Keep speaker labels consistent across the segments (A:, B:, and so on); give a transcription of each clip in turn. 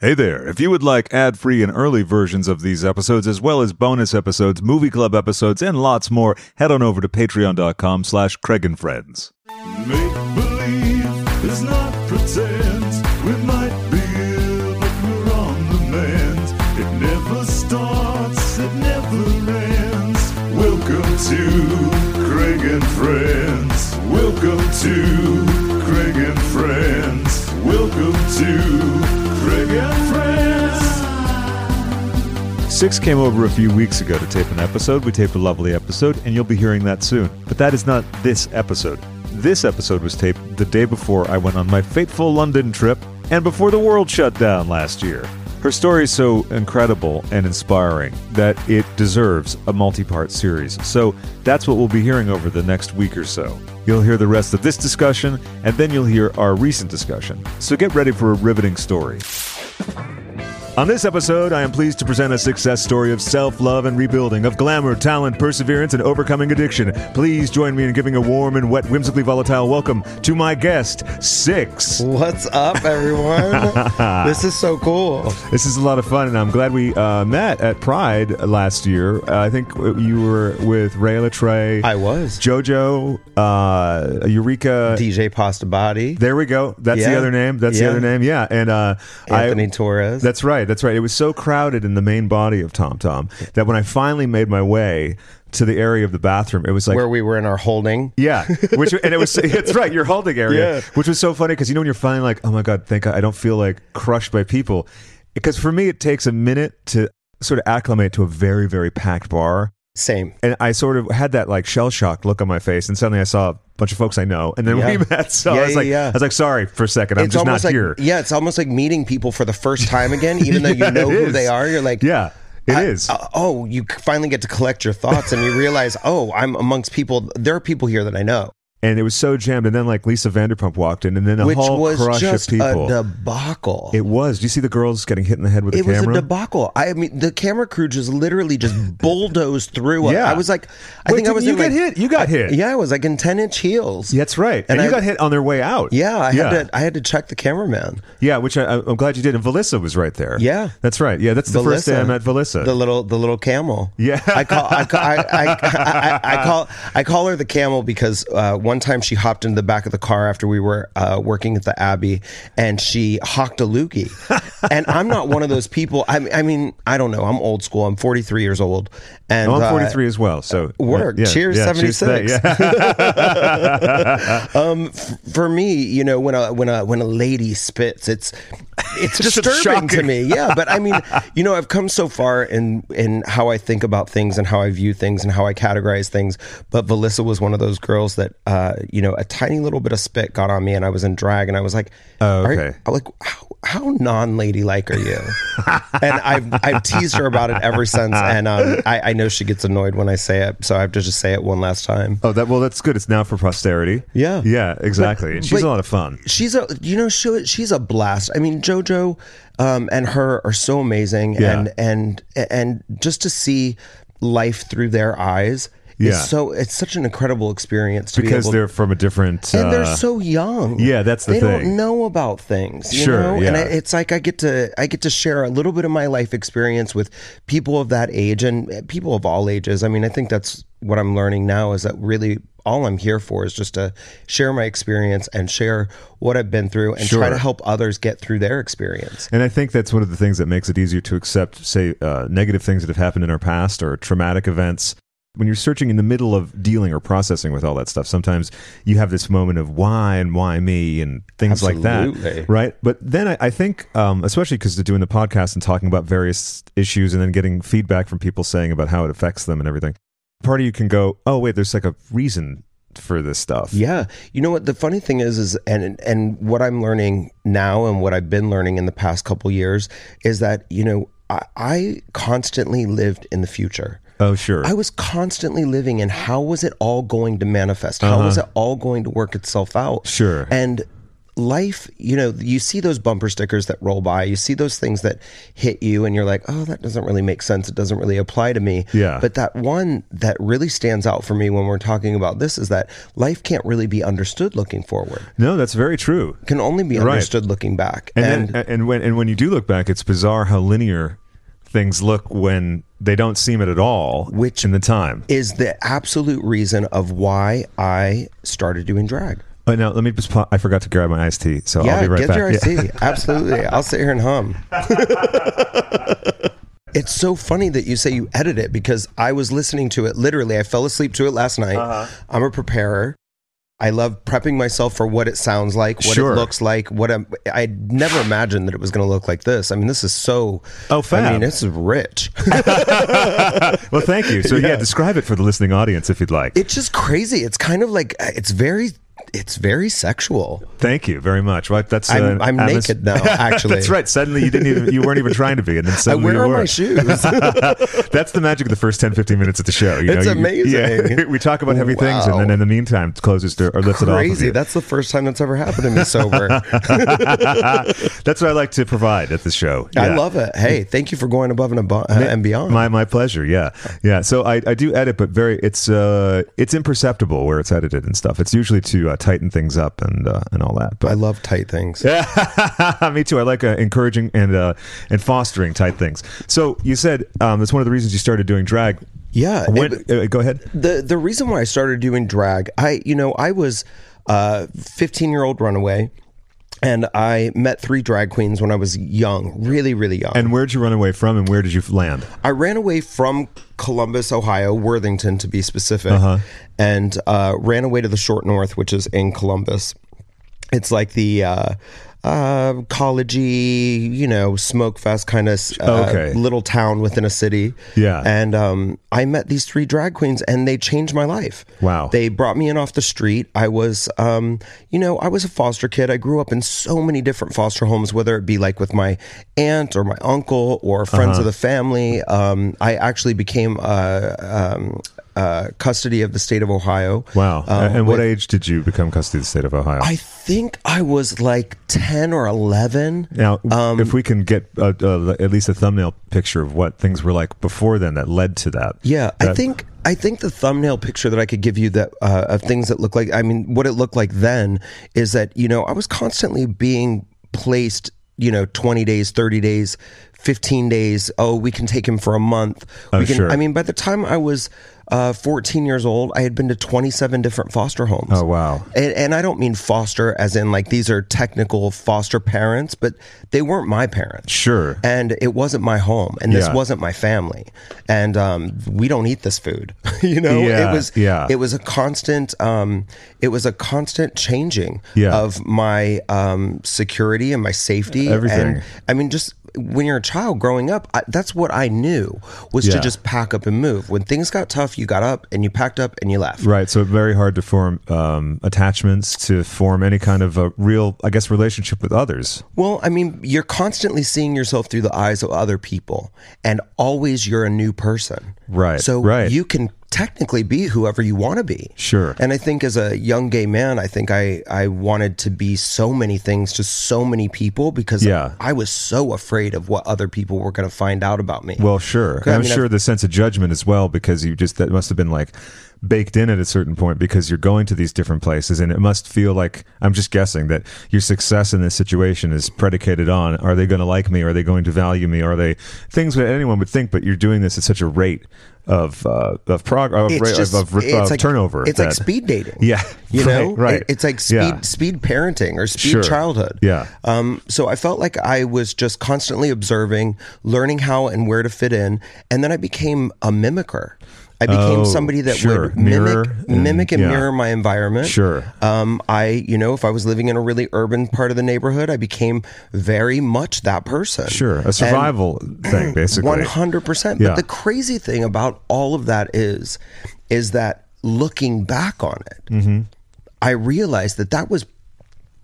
A: Hey there. If you would like ad free and early versions of these episodes, as well as bonus episodes, movie club episodes, and lots more, head on over to patreon.com slash Craig and Friends.
B: Make believe is not pretend. We might be ill, but we're on the mend. It never starts, it never ends. Welcome to Craig and Friends. Welcome to Craig and Friends. Welcome to Craig and Friends.
A: Six came over a few weeks ago to tape an episode. We taped a lovely episode, and you'll be hearing that soon. But that is not this episode. This episode was taped the day before I went on my fateful London trip and before the world shut down last year. Her story is so incredible and inspiring that it deserves a multi part series. So that's what we'll be hearing over the next week or so. You'll hear the rest of this discussion, and then you'll hear our recent discussion. So get ready for a riveting story. On this episode, I am pleased to present a success story of self love and rebuilding, of glamour, talent, perseverance, and overcoming addiction. Please join me in giving a warm and wet, whimsically volatile welcome to my guest, Six.
C: What's up, everyone? this is so cool.
A: This is a lot of fun, and I'm glad we uh, met at Pride last year. Uh, I think you were with Ray Latrey,
C: I was
A: JoJo, uh, Eureka.
C: DJ Pasta Body,
A: there we go. That's the
C: Yeah.
A: other name. That's the
C: Yeah.
A: other name. Yeah, and uh,
C: Anthony
A: I,
C: Torres.
A: That's right. That's right. It was so crowded in the main body of Tom Tom that when I finally made my way to the area of the bathroom, it was like.
C: where we were in our holding.
A: yeah, which and it was it's right your holding area,
C: Yeah.
A: which was so funny because you know when you're finally like, oh my god, thank God I don't feel like crushed by people, because for me it takes a minute to sort of acclimate to a very very packed bar,
C: Same.
A: and I sort of had that like shell shocked look on my face, and suddenly I saw a bunch of folks I know, and then
C: Yeah.
A: we met, so
C: Yeah,
A: I was
C: yeah,
A: like,
C: yeah.
A: I was like, sorry for a second, I'm
C: it's
A: just
C: almost
A: not
C: like
A: here.
C: yeah, it's almost like meeting people for the first time again, even though
A: Yeah,
C: you know
A: it
C: who
A: is.
C: they are. You're like,
A: Yeah, it is.
C: I- uh, oh, you c- finally get to collect your thoughts, and you realize, oh, I'm amongst people. There are people here that I know,
A: and it was so jammed. And then like Lisa Vanderpump walked in, and then a
C: which
A: whole
C: was
A: crush
C: just
A: of people.
C: a debacle.
A: it was. Do you see the girls getting hit in the head with a
C: It was
A: camera?
C: a debacle. I mean, the camera crew just literally just bulldozed through us.
A: Yeah.
C: I was like, I
A: Wait,
C: think I
A: didn't
C: was
A: you
C: in
A: get
C: like-
A: hit? You got hit.
C: Yeah, I was like in ten inch heels.
A: Yeah, That's right. And,
C: And
A: you
C: I-
A: got hit on their way out.
C: Yeah, I
A: yeah.
C: had to I had to check the cameraman.
A: Yeah, which I, I'm glad you did. And Valissa was right there.
C: Yeah.
A: that's right. Yeah, that's the first day I
C: Valissa.
A: met Valissa.
C: The little the little camel.
A: Yeah.
C: I call I call, I, I, I, I, I call I call her the camel because uh, one time she hopped into the back of the car after we were uh, working at the Abbey and she hawked a loogie. and I'm not one of those people. I, I mean, I don't know. I'm old school. I'm 43 years old. And
A: Oh, I'm
C: uh,
A: 43 as well. So
C: work.
A: yeah,
C: Cheers,
A: yeah, cheers to that.
C: 76.
A: Yeah.
C: um, f- for me, you know, when a when a when a lady spits, it's it's
A: It's
C: disturbing to
A: shocking.
C: me. Yeah, but I mean, you know, I've come so far in in how I think about things and how I view things and how I categorize things. But Valissa was one of those girls that, uh, you know, a tiny little bit of spit got on me, and I was in drag, and I was like,
A: Oh,
C: "Are-
A: okay.
C: I'm like how, how non lady like are you? and I've I've teased her about it ever since, and um, I, I know she gets annoyed when I say it, so I have to just say it one last time.
A: Oh, that well, that's good. It's now for posterity.
C: Yeah.
A: yeah, exactly. and she's
C: but-
A: a lot of fun.
C: she's a you know she, she's a blast i mean jojo um, and her are so amazing
A: Yeah.
C: and and and just to see life through their eyes
A: Yeah.
C: is so it's such an incredible experience to
A: Because
C: be able
A: they're from a different.
C: and they're
A: uh,
C: so young.
A: yeah, that's the
C: they
A: thing.
C: don't know about things. You
A: Sure,
C: know? and
A: yeah.
C: I, it's like I get to I get to share a little bit of my life experience with people of that age and eh, people of all ages. I mean, I think that's what I'm learning now is that really all I'm here for is just to share my experience and share what I've been through and
A: Sure.
C: try to help others get through their experience.
A: And I think that's one of the things that makes it easier to accept, say, uh, negative things that have happened in our past or traumatic events. When you're searching in the middle of dealing or processing with all that stuff, sometimes you have this moment of why and why me and things like
C: Absolutely.
A: that, right? But then I, I think, um, especially because doing the podcast and talking about various issues and then getting feedback from people saying about how it affects them and everything, part of you can go, oh wait, there's like a reason for this stuff.
C: Yeah. You know what the funny thing is is and and what I'm learning now and what I've been learning in the past couple years is that, you know, I, I constantly lived in the future.
A: Oh sure.
C: I was constantly living in how was it all going to manifest? How was it all going to work itself out?
A: Uh-huh. Sure.
C: And life, you know, you see those bumper stickers that roll by, you see those things that hit you, and you're like, oh, that doesn't really make sense. It doesn't really apply to me.
A: Yeah.
C: But that one that really stands out for me when we're talking about this is that life can't really be understood looking forward,
A: No, that's very true.
C: it can only be
A: Right.
C: understood looking back.
A: And then, and when and when you do look back, it's bizarre how linear things look when they don't seem it at all.
C: Which-
A: in the time.
C: is the absolute reason of why I started doing drag.
A: Oh, no, let me just. pop- I forgot to grab my iced tea, so I'll
C: Yeah,
A: be right
C: get
A: back.
C: your
A: Yeah.
C: IC. Absolutely. I'll sit here and hum. it's so funny that you say you edit it because I was listening to it literally. I fell asleep to it last night.
A: Uh-huh.
C: I'm a preparer. I love prepping myself for what it sounds like, what
A: Sure.
C: it looks like, what I'm, I never imagined that it was going to look like this. I mean, this is so.
A: Oh, fab.
C: I mean, this is rich.
A: well, thank you. So yeah. describe it for the listening audience if you'd like.
C: it's just crazy. It's kind of like uh, it's very, it's very sexual.
A: thank you very much. Right, that's.
C: I'm-
A: uh,
C: I'm
A: Alice-
C: naked now, actually.
A: that's right. Suddenly you didn't even you weren't even trying to be, and then
C: I
A: suddenly
C: where
A: you
C: are
A: were.
C: my shoes?
A: that's the magic of the first 10, 15 minutes of the show. You
C: It's
A: know, you-
C: amazing.
A: yeah, we talk about heavy things, and
C: Wow.
A: then in the meantime, closes door or lifts it off. of
C: crazy.
A: you.
C: That's the first time that's ever happened to me sober.
A: That's what I like to provide at the show.
C: I
A: Yeah.
C: love it. Hey, thank you for going above and above uh, and beyond.
A: My my pleasure. Yeah, yeah. So I, I do edit, but very it's uh it's imperceptible where it's edited and stuff. It's usually to uh, tighten things up and uh, and all that.
C: I
A: But
C: love tight things.
A: me too. I like uh, encouraging and uh, and fostering tight things. So you said um, that's one of the reasons you started doing drag.
C: Yeah,
A: When,
C: it-
A: uh, go ahead.
C: The the reason why I started doing drag, I you know, I was a 15-year-old runaway and I met three drag queens when I was young, really really young.
A: And where'd you run away from, and where did you land?
C: I ran away from Columbus, Ohio, Worthington to be specific,
A: Uh-huh.
C: and uh, ran away to the Short North, which is in Columbus. It's like the uh, uh, collegey, you know, smoke fest kind of uh,
A: Okay.
C: little town within a city.
A: Yeah.
C: and um, I met these three drag queens, and they changed my life.
A: Wow.
C: They brought me in off the street. I was, um, you know, I was a foster kid. I grew up in so many different foster homes, whether it be like with my aunt or my uncle or friends
A: Uh-huh.
C: of the family. Um, I actually became uh, um, uh, custody of the state of Ohio.
A: Wow.
C: Um,
A: and what
C: with-
A: age did you become custody of the state of Ohio?
C: I think I was like 10 or 11.
A: Now,
C: um,
A: if we can get uh, uh, at least a thumbnail picture of what things were like before then that led to that.
C: Yeah, I
A: That-
C: think I think the thumbnail picture that I could give you that uh, of things that look like I mean what it looked like then is that you know I was constantly being placed you know 20 days 30 days 15 days oh we can take him for a month we
A: Oh,
C: can
A: sure.
C: I mean by the time I was uh, 14 years old I had been to 27 different foster homes
A: Oh, wow.
C: and, and I don't mean foster as in like these are technical foster parents but they weren't my parents
A: Sure.
C: and it wasn't my home and this
A: Yeah.
C: wasn't my family and um, we don't eat this food you know
A: Yeah,
C: it was
A: yeah.
C: it was a constant um, it was a constant changing
A: Yeah.
C: of my um, security and my safety
A: Everything.
C: and i mean just when you're a child growing up I, that's what i knew was
A: Yeah.
C: to just pack up and move when things got tough you got up and you packed up and you left
A: Right. So very hard to form um, attachments, to form any kind of a real, I guess, relationship with others.
C: Well, I mean, you're constantly seeing yourself through the eyes of other people, and always you're a new person.
A: Right,
C: So
A: right.
C: you can technically be whoever you want to be.
A: Sure.
C: And I think as a young gay man, I think I, I wanted to be so many things to so many people because
A: Yeah.
C: I was so afraid of what other people were going to find out about me.
A: Well, sure.
C: I
A: I'm
C: mean,
A: sure
C: I've-
A: the sense of judgment as well, because you just, that must have been like baked in at a certain point because you're going to these different places and it must feel like, I'm just guessing that your success in this situation is predicated on are they going to like me? Are they going to value me? Are they things that anyone would think, but you're doing this at such a rate of, uh, of progress, of,
C: it's
A: rate-
C: just
A: of, of,
C: it's
A: of
C: like,
A: turnover.
C: It's like
A: that-
C: speed dating.
A: Yeah.
C: You know,
A: Right, right.
C: It- it's like speed
A: Yeah.
C: speed parenting or speed
A: Sure.
C: childhood.
A: Yeah.
C: Um, so I felt like I was just constantly observing, learning how and where to fit in, and then I became a mimicker. I became
A: Oh,
C: somebody that
A: sure.
C: would mimic,
A: Mirror and-
C: mimic and
A: yeah.
C: mirror my environment.
A: Sure.
C: Um, I, you know, if I was living in a really urban part of the neighborhood, I became very much that person.
A: Sure, a
C: And-
A: survival thing, basically.
C: One hundred percent.
A: Yeah.
C: But the crazy thing about all of that is, is that looking back on it,
A: Mm-hmm.
C: I realized that that was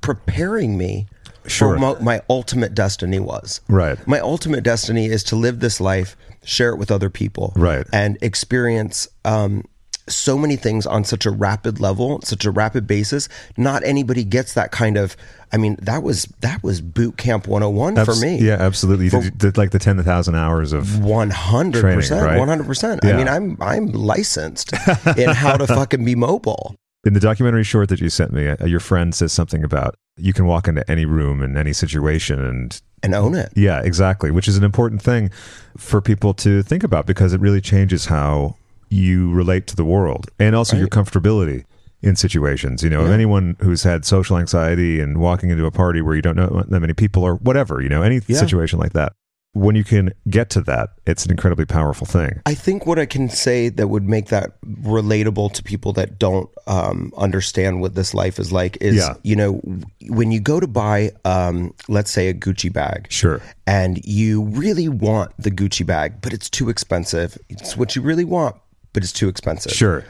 C: preparing me
A: Sure.
C: for mo- my ultimate destiny was.
A: Right.
C: My ultimate destiny is to live this life, share it with other people,
A: Right.
C: and experience um, so many things on such a rapid level, such a rapid basis. Not anybody gets that kind of. I mean, that was that was boot camp 101 for
A: Abs-
C: me.
A: Yeah, absolutely. You did, did like the 10,000 hours of.
C: One hundred
A: Training,
C: percent,
A: right?
C: one hundred percent.
A: Yeah.
C: I mean, I'm I'm licensed in how to fucking be mobile.
A: In the documentary short that you sent me, uh, your friend says something about you can walk into any room in any situation and
C: and own it.
A: Yeah, exactly, which is an important thing for people to think about because it really changes how you relate to the world and also your comfortability in situations. You know, anyone who's had social anxiety and walking into a party where you don't know that many people or whatever, you know, any
C: Yeah.
A: situation like that, when you can get to that, it's an incredibly powerful thing.
C: I think what I can say that would make that relatable to people that don't um, understand what this life is like is,
A: Yeah.
C: you know, w- when you go to buy, um, let's say, a Gucci bag,
A: Sure.
C: and you really want the Gucci bag, but it's too expensive. It's what you really want, but it's too expensive.
A: Sure.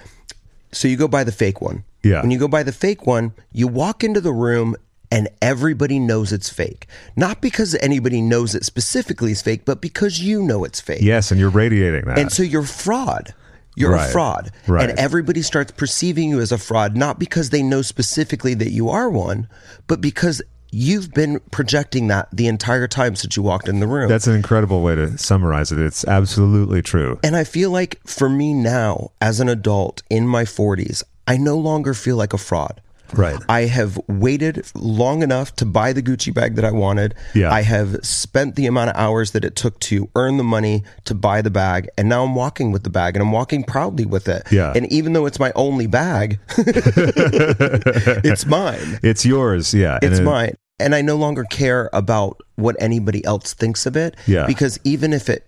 C: So you go buy the fake one.
A: Yeah.
C: When you go buy the fake one, you walk into the room and everybody knows it's fake. Not because anybody knows it specifically is fake, but because you know it's fake.
A: Yes, and you're radiating that.
C: And so you're fraud. You're
A: Right.
C: a fraud.
A: Right.
C: And everybody starts perceiving you as a fraud, not because they know specifically that you are one, but because you've been projecting that the entire time since you walked in the room.
A: That's an incredible way to summarize it. It's absolutely true.
C: and I feel like for me now, as an adult in my 40s, I no longer feel like a fraud.
A: Right.
C: I have waited long enough to buy the Gucci bag that I wanted.
A: Yeah.
C: I have spent the amount of hours that it took to earn the money to buy the bag, and now I'm walking with the bag and I'm walking proudly with it.
A: Yeah.
C: And even though it's my only bag, it's mine.
A: It's yours. Yeah. and
C: It's
A: it-
C: mine. And I no longer care about what anybody else thinks of it.
A: Yeah.
C: Because even if it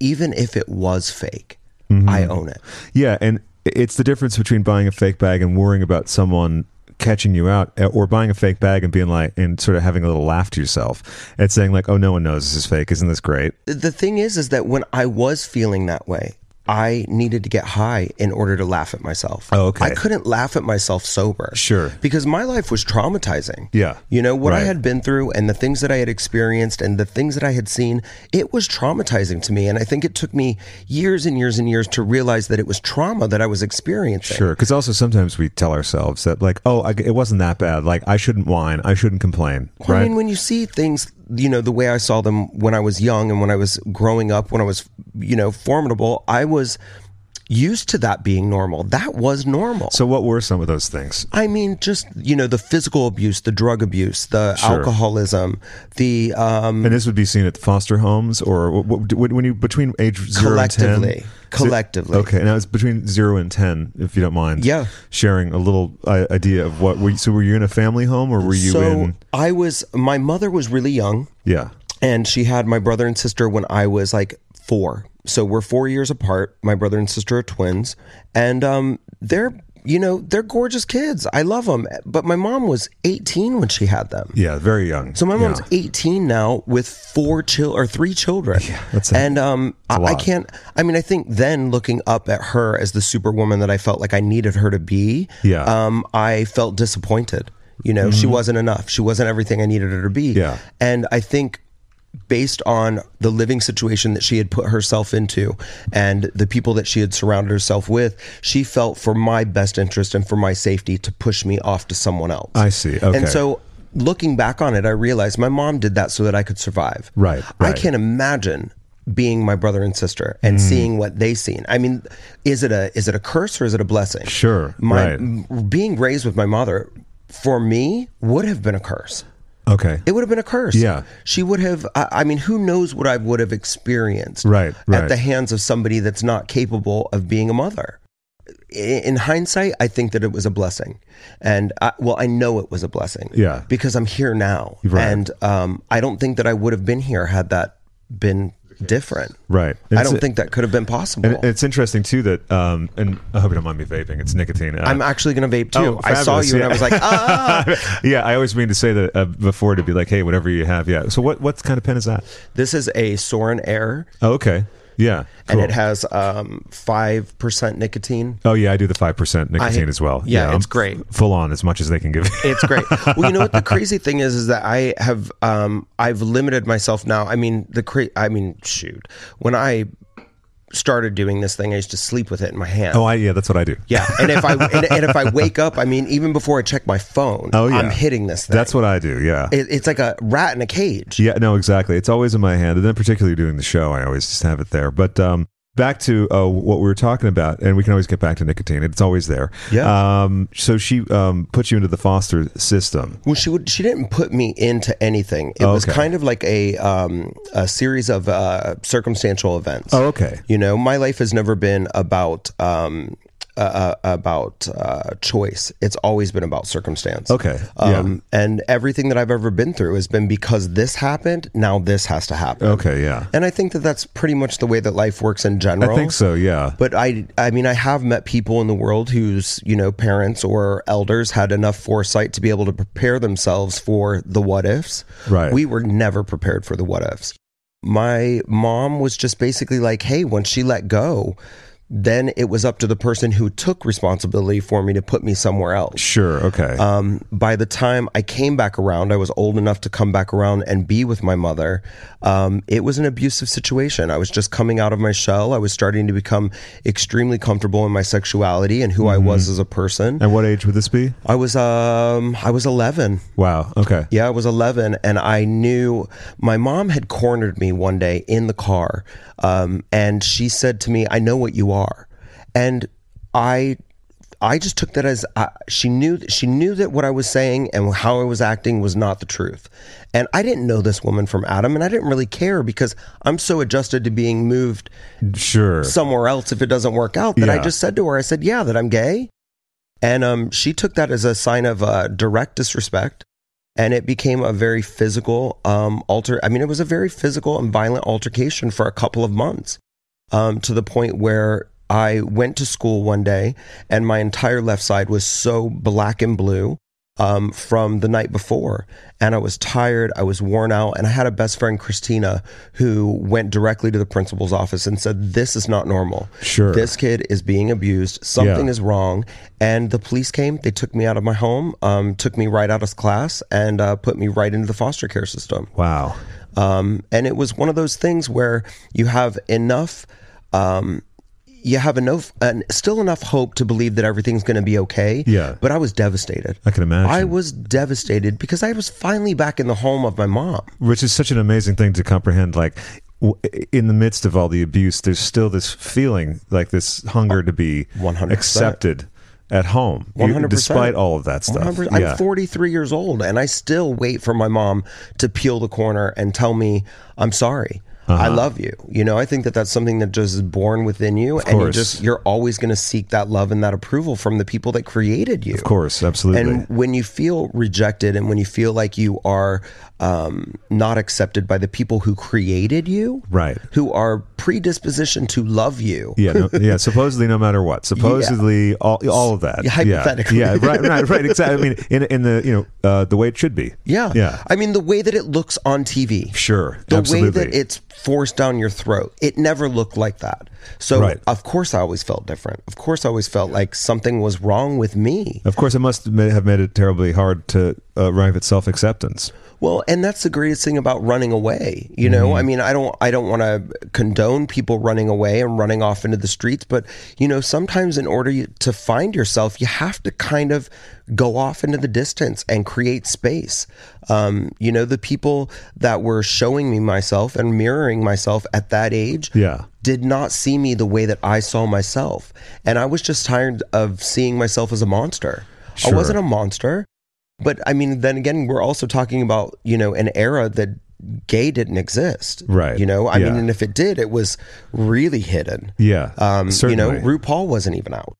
C: even if it was fake,
A: Mm-hmm.
C: I own it.
A: Yeah, and it's the difference between buying a fake bag and worrying about someone catching you out eh, or buying a fake bag and being like and sort of having a little laugh to yourself and saying like oh no one knows this is fake isn't this great
C: the thing is is that when I was feeling that way, I needed to get high in order to laugh at myself.
A: Oh, okay.
C: I couldn't laugh at myself sober.
A: Sure.
C: Because my life was traumatizing.
A: Yeah.
C: You know, what I
A: Right.
C: had been through and the things that I had experienced and the things that I had seen, it was traumatizing to me. And I think it took me years and years and years to realize that it was trauma that I was experiencing.
A: sure because also sometimes we tell ourselves that like oh I, it wasn't that bad like i shouldn't whine i shouldn't complain
C: Well, I
A: right
C: mean, when you see things, you know, the way I saw them when I was young and when I was growing up, when I was, you know, formidable, I was used to that being normal. That was normal.
A: so what were some of those things
C: I mean, just, you know, the physical abuse, the drug abuse, the
A: Sure.
C: alcoholism, the, um,
A: and this would be seen at the foster homes or wh- wh- when when you between age 0 and 10
C: Collectively. Collectively.
A: okay now it's between 0 and 10 if you don't mind
C: Yeah.
A: sharing a little uh, idea of what were you, so were you in a family home or were you
C: so
A: in
C: I was, my mother was really young.
A: Yeah.
C: and she had my brother and sister when I was like four. So we're four years apart. My brother and sister are twins, and um, they're you know they're gorgeous kids. I love them, but my mom was 18 when she had them.
A: Yeah. Very young.
C: So my mom's
A: Yeah.
C: 18 now with four chil or three children.
A: that's a-
C: and um, I, I
A: lot.
C: can't. I mean, I think then looking up at her as the superwoman that I felt like I needed her to be.
A: Yeah. Mm-hmm.
C: Um, I felt disappointed. You know, she wasn't enough. She wasn't everything I needed her to be.
A: Yeah.
C: And I think based on the living situation that she had put herself into and the people that she had surrounded herself with, she felt for my best interest and for my safety to push me off to someone else.
A: I see. Okay.
C: And so looking back on it, I realized my mom did that so that I could survive.
A: Right,
C: I
A: right. Mm.
C: can't imagine being my brother and sister and seeing what they seen. I mean, is it a is it a curse or is it a blessing?
A: Sure,
C: My
A: right.
C: m- being raised with my mother for me would have been a curse.
A: Okay.
C: It would have been a curse.
A: Yeah.
C: She would have, I, I mean, who knows what I would have experienced
A: Right, right.
C: at the hands of somebody that's not capable of being a mother. I- In hindsight, I think that it was a blessing. And I, well, I know it was a blessing.
A: Yeah.
C: Because I'm here now.
A: Right.
C: And um, I don't think that I would have been here had that been different.
A: right.
C: I
A: It's-
C: don't think that could have been possible.
A: And it's interesting too that, um, and I hope you don't mind me vaping. It's nicotine. Uh,
C: I'm actually going to vape too.
A: Oh,
C: I saw
A: fabulous,
C: you and I
A: yeah.
C: was like, ah.
A: yeah, I always mean to say that uh, before to be like, hey, whatever you have, yeah. So what what kind of pen is that?
C: this is a Soren Air.
A: Oh, okay, yeah,
C: And
A: cool.
C: it has um, 5% nicotine.
A: oh yeah, I do the five percent nicotine as well.
C: yeah, it's
A: I'm
C: great.
A: f- Full on as much as they can give.
C: It's great. well, you know what the crazy thing is is that I have um I've limited myself now. I mean the cra- I mean shoot. When I started doing this thing, I used to sleep with it in my hand.
A: Oh, I, yeah, that's what I do.
C: Yeah, and if I and, and if I wake up, I mean, even before I check my phone,
A: Oh, yeah.
C: I'm hitting this thing.
A: That's what I do. Yeah.
C: it, it's like a rat in a cage.
A: Yeah, no, exactly. It's always in my hand, and then particularly doing the show, I always just have it there. But um, back to uh, what we were talking about, and we can always get back to nicotine. It's always there.
C: Yeah.
A: Um, so she um, put you into the foster system.
C: Well, she would. She didn't put me into anything. It was
A: Okay.
C: kind of like a um, a series of uh, circumstantial events.
A: Oh, okay.
C: You know, my life has never been about um, uh, uh, about uh, choice. It's always been about circumstance.
A: Okay. yeah.
C: Um, And everything that I've ever been through has been because this happened. Now this has to happen.
A: Okay. Yeah.
C: And I think that that's pretty much the way that life works in general.
A: I think so. Yeah.
C: But I, I mean, I have met people in the world whose, you know, parents or elders had enough foresight to be able to prepare themselves for the what ifs.
A: Right.
C: We were never prepared for the what ifs. My mom was just basically like, hey, once she let go, then it was up to the person who took responsibility for me to put me somewhere else.
A: Sure. Okay.
C: Um, by the time I came back around, I was old enough to come back around and be with my mother. Um, it was an abusive situation. I was just coming out of my shell. I was starting to become extremely comfortable in my sexuality and who I was as a person.
A: and what age would this be?
C: I was um, I was eleven.
A: Wow. Okay.
C: Yeah, I was 11, and I knew my mom had cornered me one day in the car, um, and she said to me, "I know what you are," and I, I just took that as uh, she knew she knew that what I was saying and how I was acting was not the truth, and I didn't know this woman from Adam, and I didn't really care because I'm so adjusted to being moved
A: Sure.
C: somewhere else if it doesn't work out that I
A: Yeah.
C: just said to her, I said, yeah, that I'm gay. And um, she took that as a sign of uh, direct disrespect. And it became a very physical um, alter. I mean, it was a very physical and violent altercation for a couple of months um, to the point where I went to school one day and my entire left side was so black and blue um, from the night before. And I was tired, I was worn out, and I had a best friend, Christina, who went directly to the principal's office and said, This is not normal.
A: Sure.
C: This kid is being abused. Something
A: Yeah.
C: is wrong. And the police came, they took me out of my home, um, took me right out of class, and uh, put me right into the foster care system.
A: wow.
C: Um, and it was one of those things where you have enough, um, you have enough, and still enough hope to believe that everything's going to be okay.
A: Yeah.
C: But I was devastated.
A: I can imagine.
C: I was devastated because I was finally back in the home of my mom.
A: Which is such an amazing thing to comprehend. Like. w- In the midst of all the abuse, there's still this feeling, like this hunger to be
C: 100%.
A: accepted at home, You-
C: 100%.
A: despite all of that stuff.
C: Remember,
A: Yeah.
C: I'm 43 years old and I still wait for my mom to peel the corner and tell me, I'm sorry. I
A: Uh-huh.
C: love you. You know, I think that that's something that just is born within you, and you
A: course.
C: just you're always going to seek that love and that approval from the people that created you.
A: Of course, absolutely.
C: And when you feel rejected and when you feel like you are um, not accepted by the people who created you,
A: Right.
C: who are predispositioned to love you,
A: yeah, no, yeah. Supposedly, no matter what. Supposedly, all, all of that.
C: Yeah, hypothetically.
A: Yeah, yeah right, right, right. Exactly. I mean, in, in the you know uh, the way it should be.
C: yeah,
A: yeah.
C: I mean, the way that it looks on TV,
A: Sure,
C: the
A: absolutely.
C: way that it's forced down your throat, it never looked like that. So,
A: Right.
C: of course, I always felt different. Of course, I always felt like something was wrong with me.
A: Of course, it must ma- have made it terribly hard to uh, arrive at self acceptance.
C: Well, and that's the greatest thing about running away. You know,
A: Mm-hmm.
C: I mean, I don't, I don't want to condone people running away and running off into the streets, but you know, sometimes in order you- to find yourself, you have to kind of go off into the distance and create space. Um, you know, the people that were showing me myself and mirroring myself at that age,
A: Yeah.
C: did not see me the way that I saw myself, and I was just tired of seeing myself as a monster.
A: Sure.
C: I wasn't a monster. But I mean, then again, we're also talking about you know an era that gay didn't exist,
A: Right.
C: You know, I
A: Yeah.
C: mean, and if it did, it was really hidden.
A: Yeah,
C: Um, you know,
A: certainly.
C: RuPaul wasn't even out.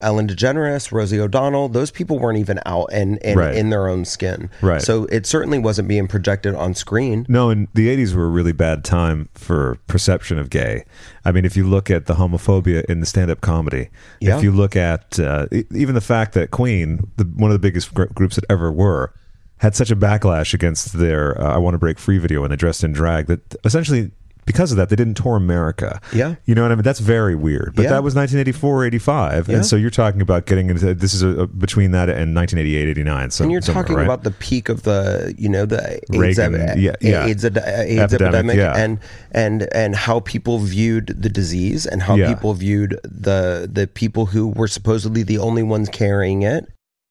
C: Ellen DeGeneres, Rosie O'Donnell, those people weren't even out and, and
A: Right.
C: in their own skin.
A: Right.
C: So it certainly wasn't being projected on screen.
A: No, and the 80s were a really bad time for perception of gay. I mean, if you look at the homophobia in the stand up comedy,
C: Yeah.
A: if you look at uh, e- even the fact that Queen, the, one of the biggest gr- groups that ever were, had such a backlash against their uh, I Want to Break Free video when they dressed in drag that essentially because of that, they didn't tour America.
C: Yeah.
A: You know what I mean? That's very weird. But
C: Yeah.
A: that was 1984, 85.
C: Yeah.
A: And so you're talking about getting into this is a, between that and 1988, 89. So
C: And you're
A: somewhere,
C: talking
A: right?
C: about the peak of the, you know, the AIDS,
A: Reagan,
C: epi-
A: yeah, yeah.
C: AIDS, ad- AIDS
A: Epidemic,
C: epidemic,
A: yeah.
C: and and and how people viewed the disease and how
A: Yeah.
C: people viewed the the people who were supposedly the only ones carrying it.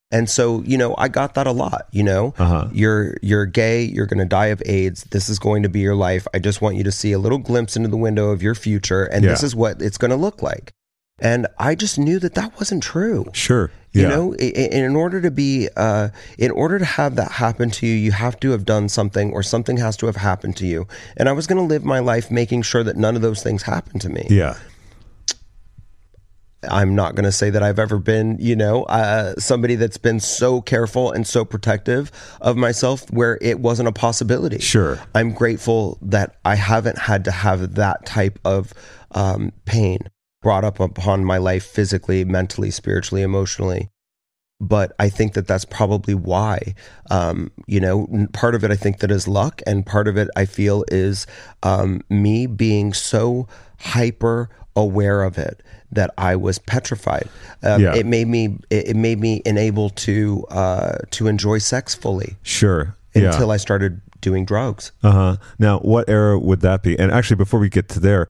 C: And so, you know, I got that a lot. You know,
A: Uh-huh.
C: you're you're gay, you're going to die of AIDS. This is going to be your life. I just want you to see a little glimpse into the window of your future, and this
A: Yeah.
C: is what it's going to look like. And I just knew that that wasn't true.
A: Sure.
C: You
A: yeah.
C: know, i- i- in order to be, uh, in order to have that happen to you, you have to have done something, or something has to have happened to you. And I was going to live my life making sure that none of those things happened to me.
A: Yeah.
C: I'm not going to say that I've ever been, you know, uh, somebody that's been so careful and so protective of myself where it wasn't a possibility.
A: Sure.
C: I'm grateful that I haven't had to have that type of um, pain brought up upon my life physically, mentally, spiritually, emotionally. But I think that that's probably why, um, you know, n- part of it I think that is luck, and part of it I feel is um, me being so hyper aware of it that I was petrified. Um,
A: Yeah.
C: It made me, it, it made me unable to uh, to enjoy sex fully
A: Sure. Yeah.
C: until I started doing drugs.
A: Uh huh. Now, what era would that be? And actually, before we get to there,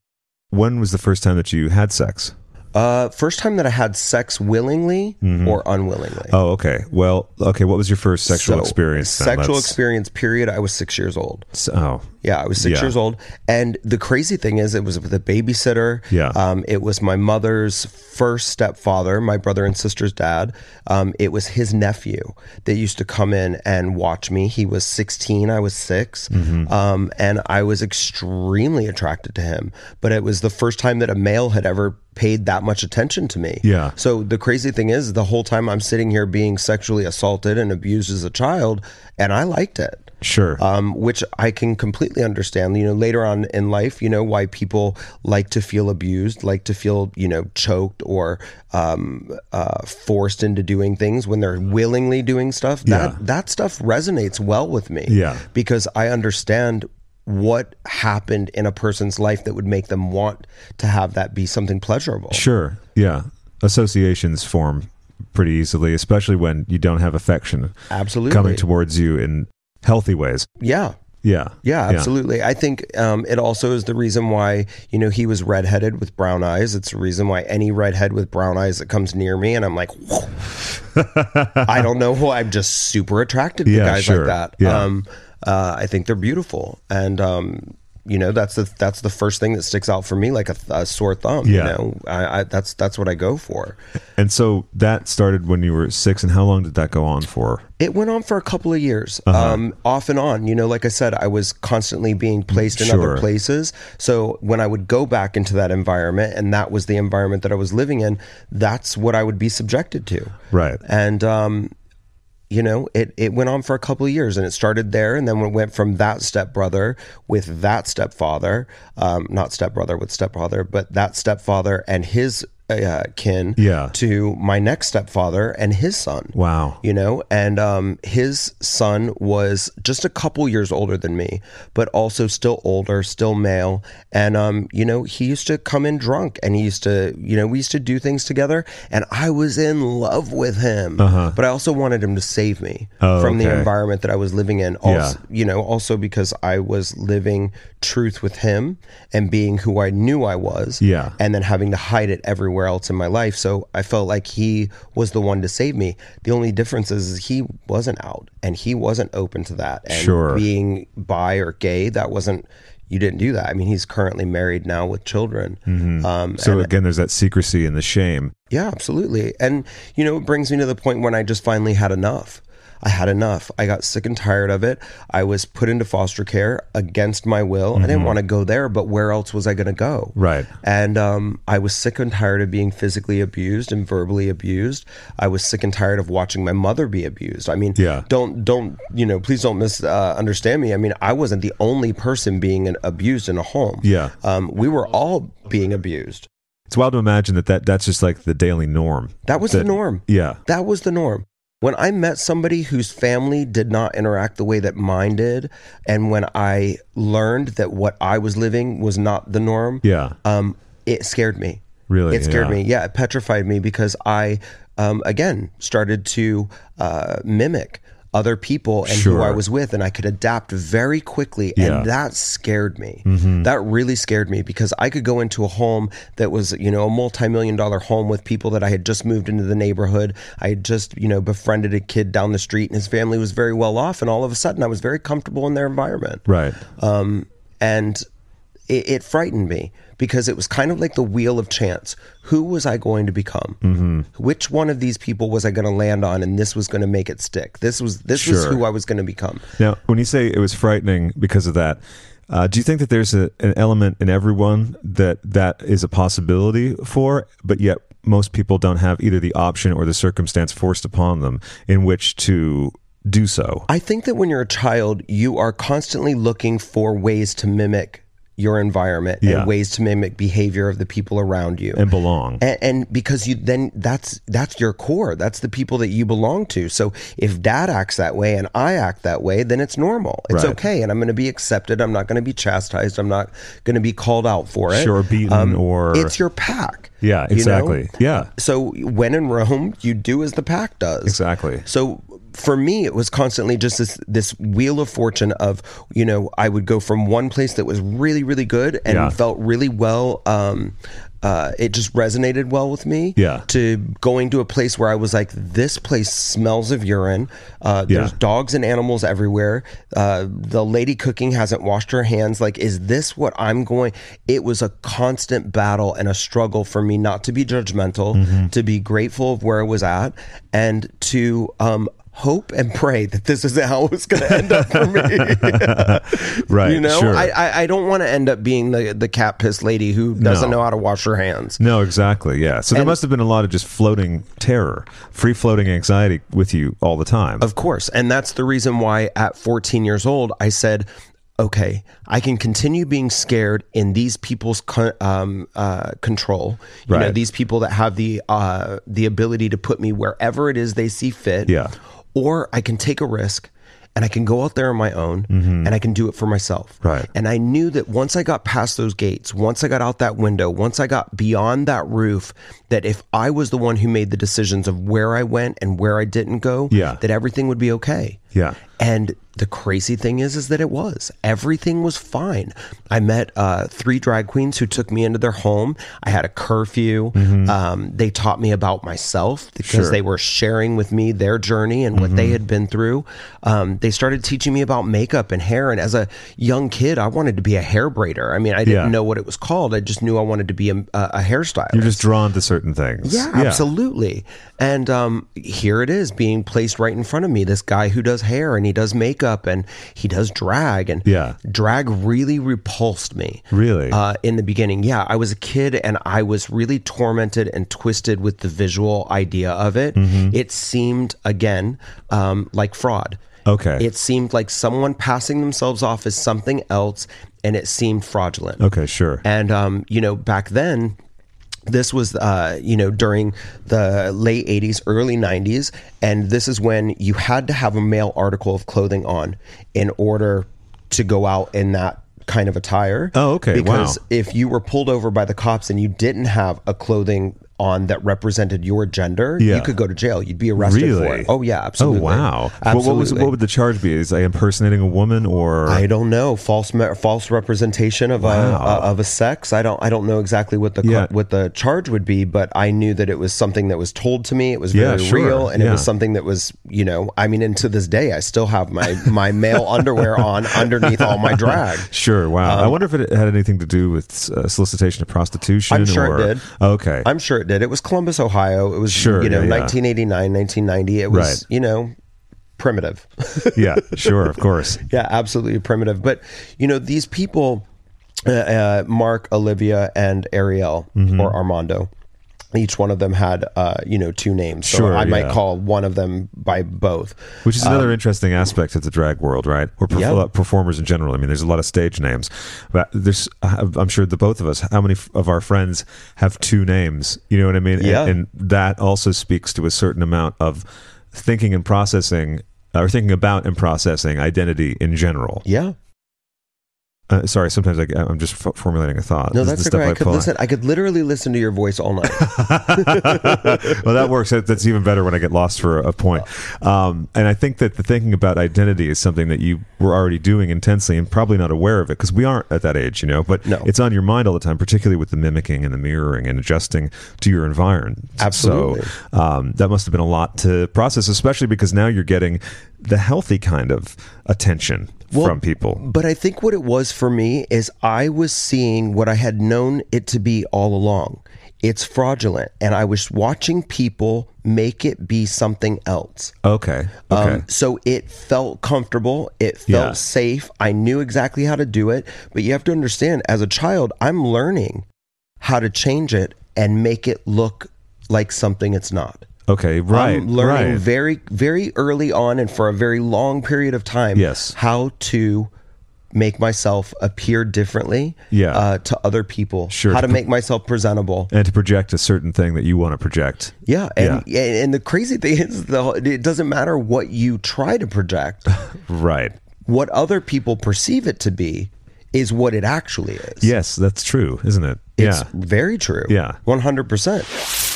A: when was the first time that you had sex?
C: Uh, first time that I had sex willingly
A: Mm-hmm.
C: or unwillingly.
A: Oh, okay. Well, okay. What was your first sexual
C: So,
A: experience? then?
C: Sexual
A: Let's-
C: experience. Period. I was six years old.
A: s- Oh,
C: Yeah, I was six
A: Yeah.
C: years old, and the crazy thing is, it was with a babysitter.
A: Yeah.
C: um, it was my mother's first stepfather, my brother and sister's dad. Um, it was his nephew that used to come in and watch me. He was sixteen, I was 6
A: Mm-hmm.
C: um, and I was extremely attracted to him. But it was the first time that a male had ever paid that much attention to me.
A: Yeah.
C: So the crazy thing is, the whole time I'm sitting here being sexually assaulted and abused as a child, and I liked it
A: sure.
C: um, which I can completely understand. You know, later on in life, you know, why people like to feel abused, like to feel, you know, choked or um, uh, forced into doing things when they're willingly doing stuff. That
A: Yeah.
C: that stuff resonates well with me.
A: Yeah.
C: because I understand what happened in a person's life that would make them want to have that be something pleasurable.
A: sure. Yeah. Associations form pretty easily, especially when you don't have affection
C: Absolutely.
A: coming towards you in healthy ways.
C: yeah.
A: Yeah.
C: Yeah, absolutely. I think um, it also is the reason why you know he was redheaded with brown eyes. It's the reason why any redhead with brown eyes that comes near me, and I'm like, "Whoa." I don't know why I'm just super attracted to
A: Yeah,
C: guys
A: sure.
C: like that.
A: Yeah.
C: Um, uh, I think they're beautiful, and um, you know that's the that's the first thing that sticks out for me like a, th- a sore thumb.
A: Yeah.
C: You know, I, I, that's that's what I go for.
A: And so that started when you were six, and how long did that go on for?
C: It went on for a couple of years,
A: Uh-huh.
C: um, off and on. You know, like I said, I was constantly being placed in
A: Sure.
C: other places. So when I would go back into that environment, and that was the environment that I was living in, that's what I would be subjected to.
A: Right.
C: And, um, you know, it, it went on for a couple of years and it started there. And then it went from that stepbrother with that stepfather, um, not stepbrother with stepfather, but that stepfather and his uh, kin
A: Yeah.
C: to my next stepfather and his son
A: Wow.
C: you know and um, his son was just a couple years older than me but also still older still male and um, you know he used to come in drunk and he used to you know we used to do things together and i was in love with him but i also wanted him to save me
A: Uh-huh. Oh,
C: from the
A: okay.
C: environment that i was living in
A: Yeah.
C: also, you know also because i was living truth with him and being who i knew i was
A: Yeah.
C: and then having to hide it everywhere else in my life. So I felt like he was the one to save me. The only difference is, is he wasn't out and he wasn't open to that. And
A: Sure.
C: being bi or gay, that wasn't you didn't do that. I mean, he's currently married now with children.
A: Mm-hmm.
C: Um,
A: So again, there's that secrecy and the shame.
C: yeah, absolutely. And you know, it brings me to the point when I just finally had enough. I had enough. I got sick and tired of it. I was put into foster care against my will. I
A: Mm-hmm.
C: didn't want to go there, but where else was I going to go?
A: Right.
C: And um, I was sick and tired of being physically abused and verbally abused. I was sick and tired of watching my mother be abused. I mean,
A: Yeah.
C: don't don't you know? Please don't misunderstand me. I mean, I wasn't the only person being abused in a home.
A: Yeah.
C: um, we were all being abused.
A: It's wild to imagine that, that that's just like the daily norm.
C: That was the norm.
A: Yeah.
C: That was the norm. when I met somebody whose family did not interact the way that mine did, and when I learned that what I was living was not the norm,
A: Yeah.
C: um, it scared me.
A: Really?
C: It scared
A: Yeah.
C: me. Yeah, it petrified me because I, um, again, started to uh, mimic other people and who
A: Sure.
C: I was with, and I could adapt very quickly.
A: Yeah. Mm-hmm.
C: And that scared me. That really scared me because I could go into a home that was, you know, a multi million dollar home with people that I had just moved into the neighborhood. I had just, you know, befriended a kid down the street, and his family was very well off. And all of a sudden, I was very comfortable in their environment
A: Right.
C: um, and it, it frightened me because it was kind of like the wheel of chance. Who was I going to become?
A: Mm-hmm.
C: Which one of these people was I going to land on? And this was going to make it stick. This was this was
A: Sure.
C: who I was going to become.
A: Now, when you say it was frightening because of that, uh, do you think that there's a, an element in everyone that that is a possibility for, but yet most people don't have either the option or the circumstance forced upon them in which to do so?
C: I think that when you're a child, you are constantly looking for ways to mimic your environment
A: Yeah.
C: and ways to mimic behavior of the people around you.
A: and belong.
C: and, and because you then that's that's your core that's the people that you belong to so if dad acts that way and i act that way then it's normal it's
A: Right.
C: okay and i'm going to be accepted i'm not going to be chastised i'm not going to be called out for it
A: Sure, beaten or-
C: um, it's your pack
A: yeah,
C: you know?
A: exactly. Yeah,
C: so when in rome you do as the pack does
A: exactly.
C: so for me, it was constantly just this this wheel of fortune of you know I would go from one place that was really really good and
A: Yeah.
C: felt really well. Um, uh, it just resonated well with me.
A: Yeah.
C: To going to a place where I was like, this place smells of urine. Uh, There's
A: Yeah.
C: dogs and animals everywhere. Uh, the lady cooking hasn't washed her hands. Like, is this what I'm going? It was a constant battle and a struggle for me not to be judgmental,
A: Mm-hmm.
C: to be grateful of where I was at, and to um, hope and pray that this isn't how it was going to end up for me.
A: Right,
C: You know,
A: sure.
C: I, I, I don't want to end up being the, the cat piss lady who doesn't
A: No.
C: know how to wash her hands.
A: No, exactly. Yeah. So there must have been a lot of just floating terror, free floating anxiety with you all the time.
C: Of course. And that's the reason why at 14 years old, I said, okay, I can continue being scared in these people's con- um, uh, control. You know,
A: Right.
C: these people that have the, uh, the ability to put me wherever it is they see fit.
A: Yeah.
C: Or I can take a risk and I can go out there on my own and I can do it for myself.
A: Mm-hmm. Right.
C: And I knew that once I got past those gates, once I got out that window, once I got beyond that roof, that if I was the one who made the decisions of where I went and where I didn't go,
A: Yeah.
C: that everything would be okay.
A: Yeah.
C: And the crazy thing is, is that it was. Everything was fine. I met uh, three drag queens who took me into their home. I had a curfew. Um, they taught me about myself because
A: Mm-hmm. Sure. Mm-hmm.
C: they were sharing with me their journey and what they had been through. Um, they started teaching me about makeup and hair. And as a young kid, I wanted to be a hair braider. I mean, I didn't
A: Yeah.
C: know what it was called. I just knew I wanted to be a, a hairstylist.
A: You're just drawn to certain things.
C: Yeah, absolutely. And um, here it is being placed right in front of me. This guy who does hair and he does makeup and he does drag and
A: Yeah.
C: drag really repulsed me.
A: Really?
C: Uh, in the beginning, yeah, I was a kid and I was really tormented and twisted with the visual idea of it.
A: Mm-hmm.
C: It seemed again um, like fraud.
A: Okay.
C: It seemed like someone passing themselves off as something else, and it seemed fraudulent.
A: Okay, sure. Oh,
C: And um, you know, back then, this was uh, you know during the late '80s, early '90s, and this is when you had to have a male article of clothing on in order to go out in that kind of attire.
A: Oh, okay, wow.
C: Because if you were pulled over by the cops and you didn't have a clothing on that represented your gender,
A: Yeah.
C: you could go to jail. You'd be arrested for
A: Really?
C: it. Oh yeah, absolutely.
A: Oh wow! But
C: Absolutely.
A: What, was what would the charge be? Is I impersonating a woman or
C: I don't know false me- false representation of a uh, of a sex. I don't I don't know exactly what the co-
A: Yeah.
C: what the charge would be, but I knew that it was something that was told to me. It was
A: Yeah,
C: very
A: sure.
C: real, and
A: Yeah.
C: it was something that was you know I mean, and to this day I still have my my male underwear on underneath all my drag.
A: Sure. Wow.
C: um,
A: I wonder if it had anything to do with uh, solicitation of prostitution.
C: I'm sure
A: or,
C: it did.
A: Okay.
C: I'm sure it did. It was Columbus, Ohio. It was
A: Sure,
C: you know
A: yeah, yeah.
C: 1989, 1990. It was
A: Right.
C: you know primitive.
A: yeah. Sure. Of course.
C: yeah, absolutely primitive. But you know, these people, uh, uh, Mark, Olivia, and Ariel
A: Mm-hmm.
C: or Armando. Each one of them had, uh, you know, two names. So
A: Sure,
C: I might
A: yeah.
C: call one of them by both.
A: Which is
C: Um,
A: another interesting aspect of the drag world, right? Or perf-
C: Yep.
A: performers in general. I mean, there's a lot of stage names, but there's I'm sure the both of us. How many f- of our friends have two names? You know what I mean? And-
C: Yeah.
A: And, that also speaks to a certain amount of thinking and processing, or thinking about and processing identity in general.
C: Yeah.
A: Uh, sorry, sometimes I, I'm just f- formulating a thought.
C: No,
A: This is
C: that's okay. I could
A: pull out.
C: listen. I could literally listen to your voice all night.
A: well, that works. That, that's even better when I get lost for a point. Um, and I think that the thinking about identity is something that you were already doing intensely and probably not aware of it because we aren't at that age, you know. But
C: No.
A: it's on your mind all the time, particularly with the mimicking and the mirroring and adjusting to your environment.
C: Absolutely.
A: So um, that must have been a lot to process, especially because now you're getting the healthy kind of attention from people.
C: But I think what it was for me is I was seeing what I had known it to be all along. It's fraudulent. And I was watching people make it be something else.
A: Okay. Okay.
C: Um, so it felt comfortable. It felt
A: Yeah.
C: safe. I knew exactly how to do it. But you have to understand, as a child, I'm learning how to change it and make it look like something it's not.
A: okay. Right.
C: I'm learning
A: right.
C: very, very early on and for a very long period of time
A: Yes.
C: how to make myself appear differently
A: Yeah.
C: uh, to other people.
A: Sure.
C: How to make myself presentable.
A: and to project a certain thing that you want to project.
C: Yeah. And, and and the crazy thing is, the, whole- it doesn't matter what you try to project,
A: Right.
C: what other people perceive it to be is what it actually is.
A: Yes, that's true, isn't it?
C: It's
A: yeah.
C: very true.
A: Yeah.
C: 100%.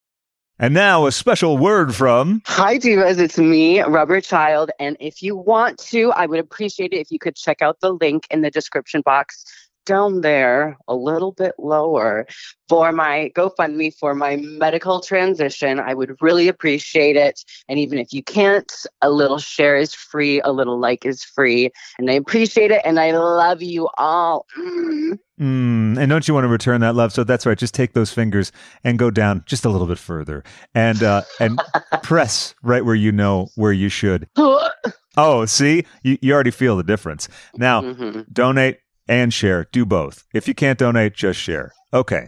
A: And now a special word from
D: Hi, Divas. It's me, Rubber Child. And if you want to, I would appreciate it if you could check out the link in the description box down there, a little bit lower, for my GoFundMe for my medical transition. I would really appreciate it. And even if you can't, a little share is free, a little like is free. And I appreciate it. And I love you all.
B: Mm, and don't you want to return that love? So that's right. Just take those fingers and go down just a little bit further, and uh, and press right where you know where you should. Oh, see, you, you already feel the difference. Now,
D: Mhm.
B: donate and share. Do both. If you can't donate, just share. Okay.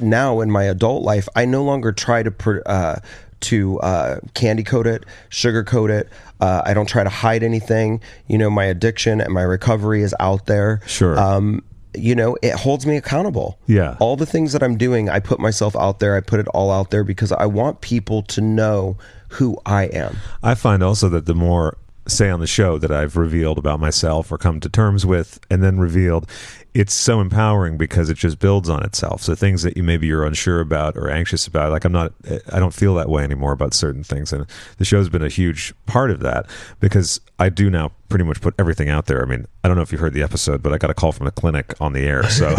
C: Now in my adult life, I no longer try to pr- uh, to uh, candy coat it, sugar coat it. Uh, I don't try to hide anything. You know, my addiction and my recovery is out there.
A: Sure.
C: Um, you know, it holds me accountable.
A: Yeah.
C: All the things that I'm doing, I put myself out there. I put it all out there because I want people to know who I am.
A: I find also that the more say on the show that I've revealed about myself or come to terms with and then revealed, it's so empowering because it just builds on itself. So things that you maybe you're unsure about or anxious about, like I'm not I don't feel that way anymore about certain things and the show's been a huge part of that because I do now pretty much put everything out there. I mean, I don't know if you heard the episode, but I got a call from the clinic on the air, so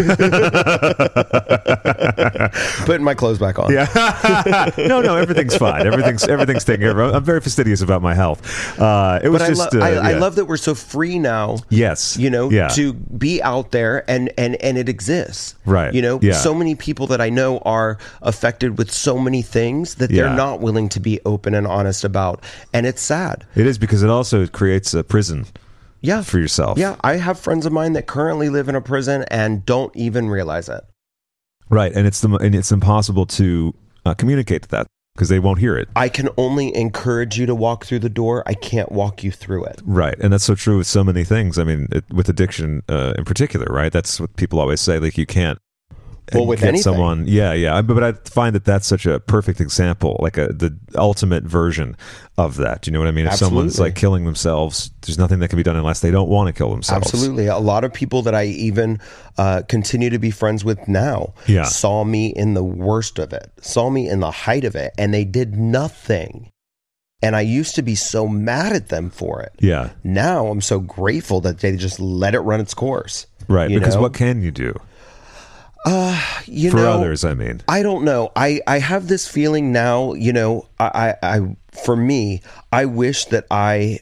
C: Putting my clothes back on. Yeah.
A: no, no, everything's fine. Everything's everything's taken care of. I'm very fastidious about my health. Uh, it was
C: But I,
A: just.
C: lo-
A: uh,
C: I, I
A: yeah.
C: love that we're so free now.
A: Yes.
C: you know
A: Yeah.
C: to be out there and and and it exists
A: Right.
C: you know
A: Yeah.
C: so many people that i know are affected with so many things that
A: Yeah.
C: they're not willing to be open and honest about and it's sad
A: It is because it also creates a prison
C: yeah
A: for yourself.
C: yeah i have friends of mine that currently live in a prison and don't even realize it
A: Right, and it's the mo- and it's impossible to uh, communicate that because they won't hear it.
C: i can only encourage you to walk through the door i can't walk you through it
A: Right, and that's so true with so many things. I mean, it, with addiction uh, in particular, right? That's what people always say. Like you can't. uh,
C: Well, with
A: get
C: anything.
A: someone, yeah, yeah. I- But, but I find that that's such a perfect example, like a the ultimate version of that. Do you know what I mean? If someone's
C: Absolutely.
A: like killing themselves, there's nothing that can be done unless they don't want to kill themselves.
C: Absolutely. A lot of people that I even uh, continue to be friends with now
A: Yeah.
C: saw me in the worst of it, saw me in the height of it, and they did nothing. And I used to be so mad at them for it.
A: Yeah.
C: Now I'm so grateful that they just let it run its course.
A: Right.
C: you
A: Because
C: know?
A: what can you do
C: you
A: for
C: know,
A: others? I mean,
C: I don't know. I, I have this feeling now, you know, I, I, I, for me, I wish that I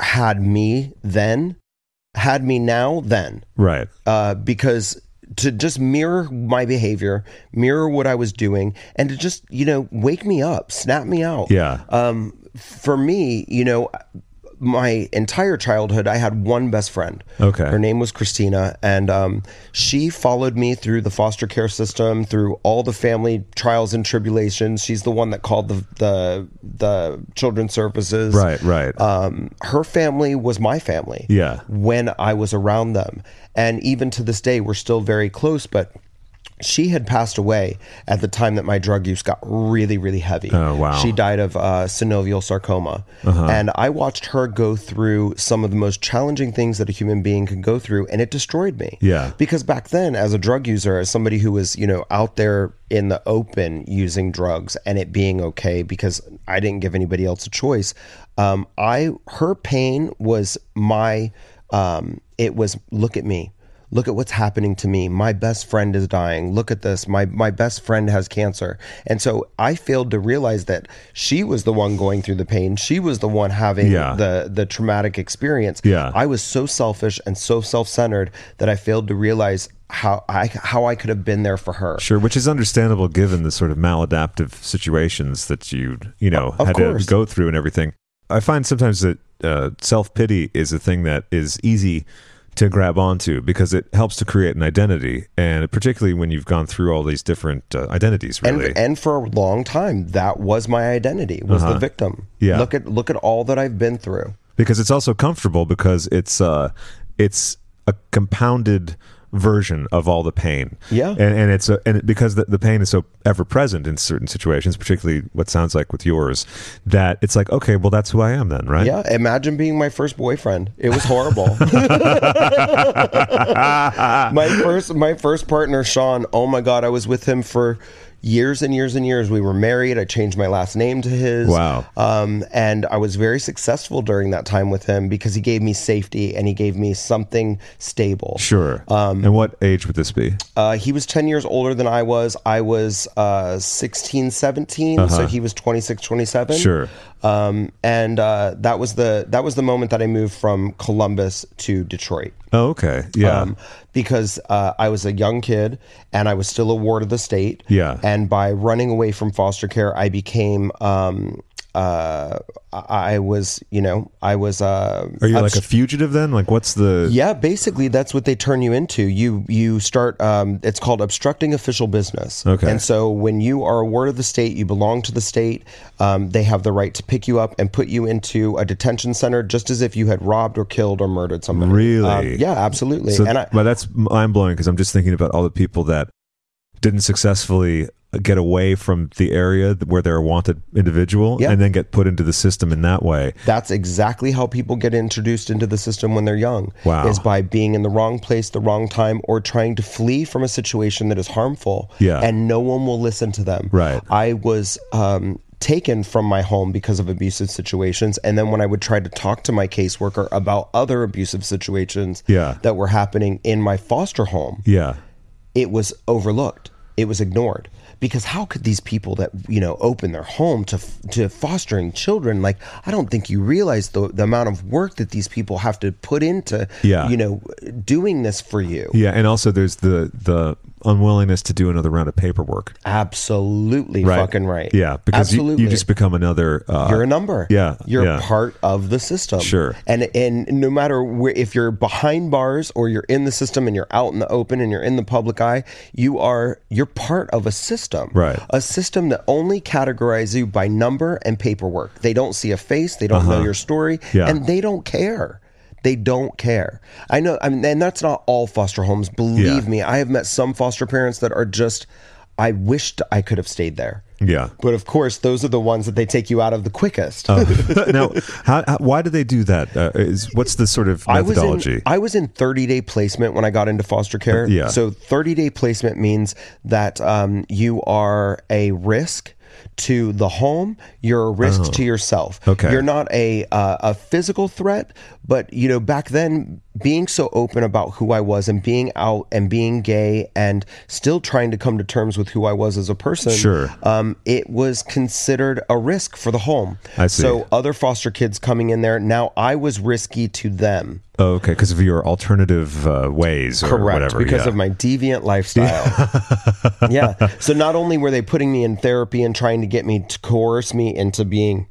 C: had me then, had me now then,
A: right.
C: uh, because to just mirror my behavior, mirror what I was doing, and to just, you know, wake me up, snap me out.
A: Yeah.
C: Um, for me, you know, my entire childhood, I had one best friend.
A: Okay.
C: Her name was Christina, and um, she followed me through the foster care system, through all the family trials and tribulations. She's the one that called the the, the children's services.
A: Right, right.
C: Um, her family was my family.
A: Yeah.
C: When I was around them, and even to this day, we're still very close, but. She had passed away at the time that my drug use got really, really heavy.
A: Oh, wow. Uh-huh.
C: She died of uh, synovial sarcoma. And I watched her go through some of the most challenging things that a human being can go through, and it destroyed me.
A: Yeah.
C: Because back then, as a drug user, as somebody who was, you know, out there in the open using drugs and it being okay because I didn't give anybody else a choice, um, I her pain was my, um, it was look at me. Look at what's happening to me. My best friend is dying. Look at this. My my best friend has cancer. And so I failed to realize that she was the one going through the pain. She was the one having
A: Yeah.
C: the the traumatic experience.
A: Yeah.
C: I was so selfish and so self-centered that I failed to realize how I how I could have been there for her.
A: Sure, which is understandable given the sort of maladaptive situations that you you know
C: Of
A: had
C: course.
A: to go through and everything. I find sometimes that uh, self pity is a thing that is easy to grab onto because it helps to create an identity, and particularly when you've gone through all these different uh, identities,
C: And,
A: really.
C: and for a long time, that was my identity was the victim.
A: Uh-huh. Yeah.
C: Look at look at all that I've been through.
A: because it's also comfortable because it's uh it's a compounded version of all the pain
C: Yeah.
A: and, and it's a, and it, because the, the pain is so ever present in certain situations particularly what sounds like with yours that it's like okay well that's who i am then right
C: Yeah. Imagine being my first boyfriend. It was horrible. my first my first partner, Sean, oh my God, I was with him for years and years and years. We were married. I changed my last name to his.
A: Wow.
C: Um, and I was very successful during that time with him because he gave me safety and he gave me something stable.
A: sure um and what age would this be
C: Uh, he was 10 years older than I was. I was uh, 16, 17. So he was 26, 27.
A: Uh-huh. Sure.
C: Um, and uh, that was the that was the moment that I moved from Columbus to Detroit
A: oh okay yeah
C: um, because uh, I was a young kid and I was still a ward of the state.
A: Yeah.
C: And by running away from foster care, I became. Um, uh, I I was, you know, I was. Uh,
A: are you
C: abs-
A: like a fugitive then like what's the
C: yeah, basically that's what they turn you into. You you start. Um, it's called obstructing official business.
A: Okay.
C: And so when you are a ward of the state, you belong to the state. Um, they have the right to pick you up and put you into a detention center, just as if you had robbed or killed or murdered somebody.
A: Really?
C: Um, yeah, absolutely.
A: So,
C: and I,
A: well, that's mind blowing because I'm just thinking about all the people that didn't successfully get away from the area where they're a wanted individual
C: Yeah.
A: and then get put into the system in that way.
C: that's exactly how people get introduced into the system when they're young.
A: Wow.
C: Is by being in the wrong place, the wrong time, or trying to flee from a situation that is harmful.
A: Yeah.
C: And no one will listen to them.
A: Right.
C: I was um, taken from my home because of abusive situations. And then when I would try to talk to my caseworker about other abusive situations
A: Yeah.
C: that were happening in my foster home,
A: Yeah.
C: it was overlooked. It was ignored because how could these people that you know open their home to to fostering children like I don't think you realize the, the amount of work that these people have to put into
A: Yeah.
C: you know doing this for you.
A: Yeah. And also, there's the, the unwillingness to do another round of paperwork.
C: Absolutely
A: Right.
C: fucking right.
A: Yeah. Because you,
C: Absolutely.
A: you just become another. Uh,
C: you're a number.
A: yeah,
C: you're
A: yeah.
C: part of the system.
A: Sure.
C: and and no matter where, if you're behind bars or you're in the system and you're out in the open and you're in the public eye, you are you're part of a system.
A: Right.
C: a system that only categorizes you by number and paperwork. They don't see a face. They don't know your story,
A: Uh-huh. Yeah.
C: and they don't care. They don't care. I know. I mean, and that's not all foster homes. Believe
A: Yeah.
C: me, I have met some foster parents that are just. I wished I could have stayed there.
A: yeah.
C: But of course, those are the ones that they take you out of the quickest.
A: Oh, now, how, how, why do they do that? Uh, is, what's the sort of
C: I was
A: methodology?
C: in I was in 30 day placement when I got into foster care.
A: Yeah.
C: So 30 day placement means that um, you are a risk. to the home. You're a risk to yourself.
A: Oh. Okay.
C: You're not a uh, a physical threat, but you know back then being so open about who I was and being out and being gay and still trying to come to terms with who I was as a person.
A: Sure.
C: Um, it was considered a risk for the home.
A: I see.
C: So other foster kids coming in there now I was risky to them.
A: Oh, okay, because of your alternative uh, ways or
C: Correct,
A: whatever.
C: because
A: yeah.
C: of my deviant lifestyle. Yeah. So not only were they putting me in therapy and trying to get me to coerce me into being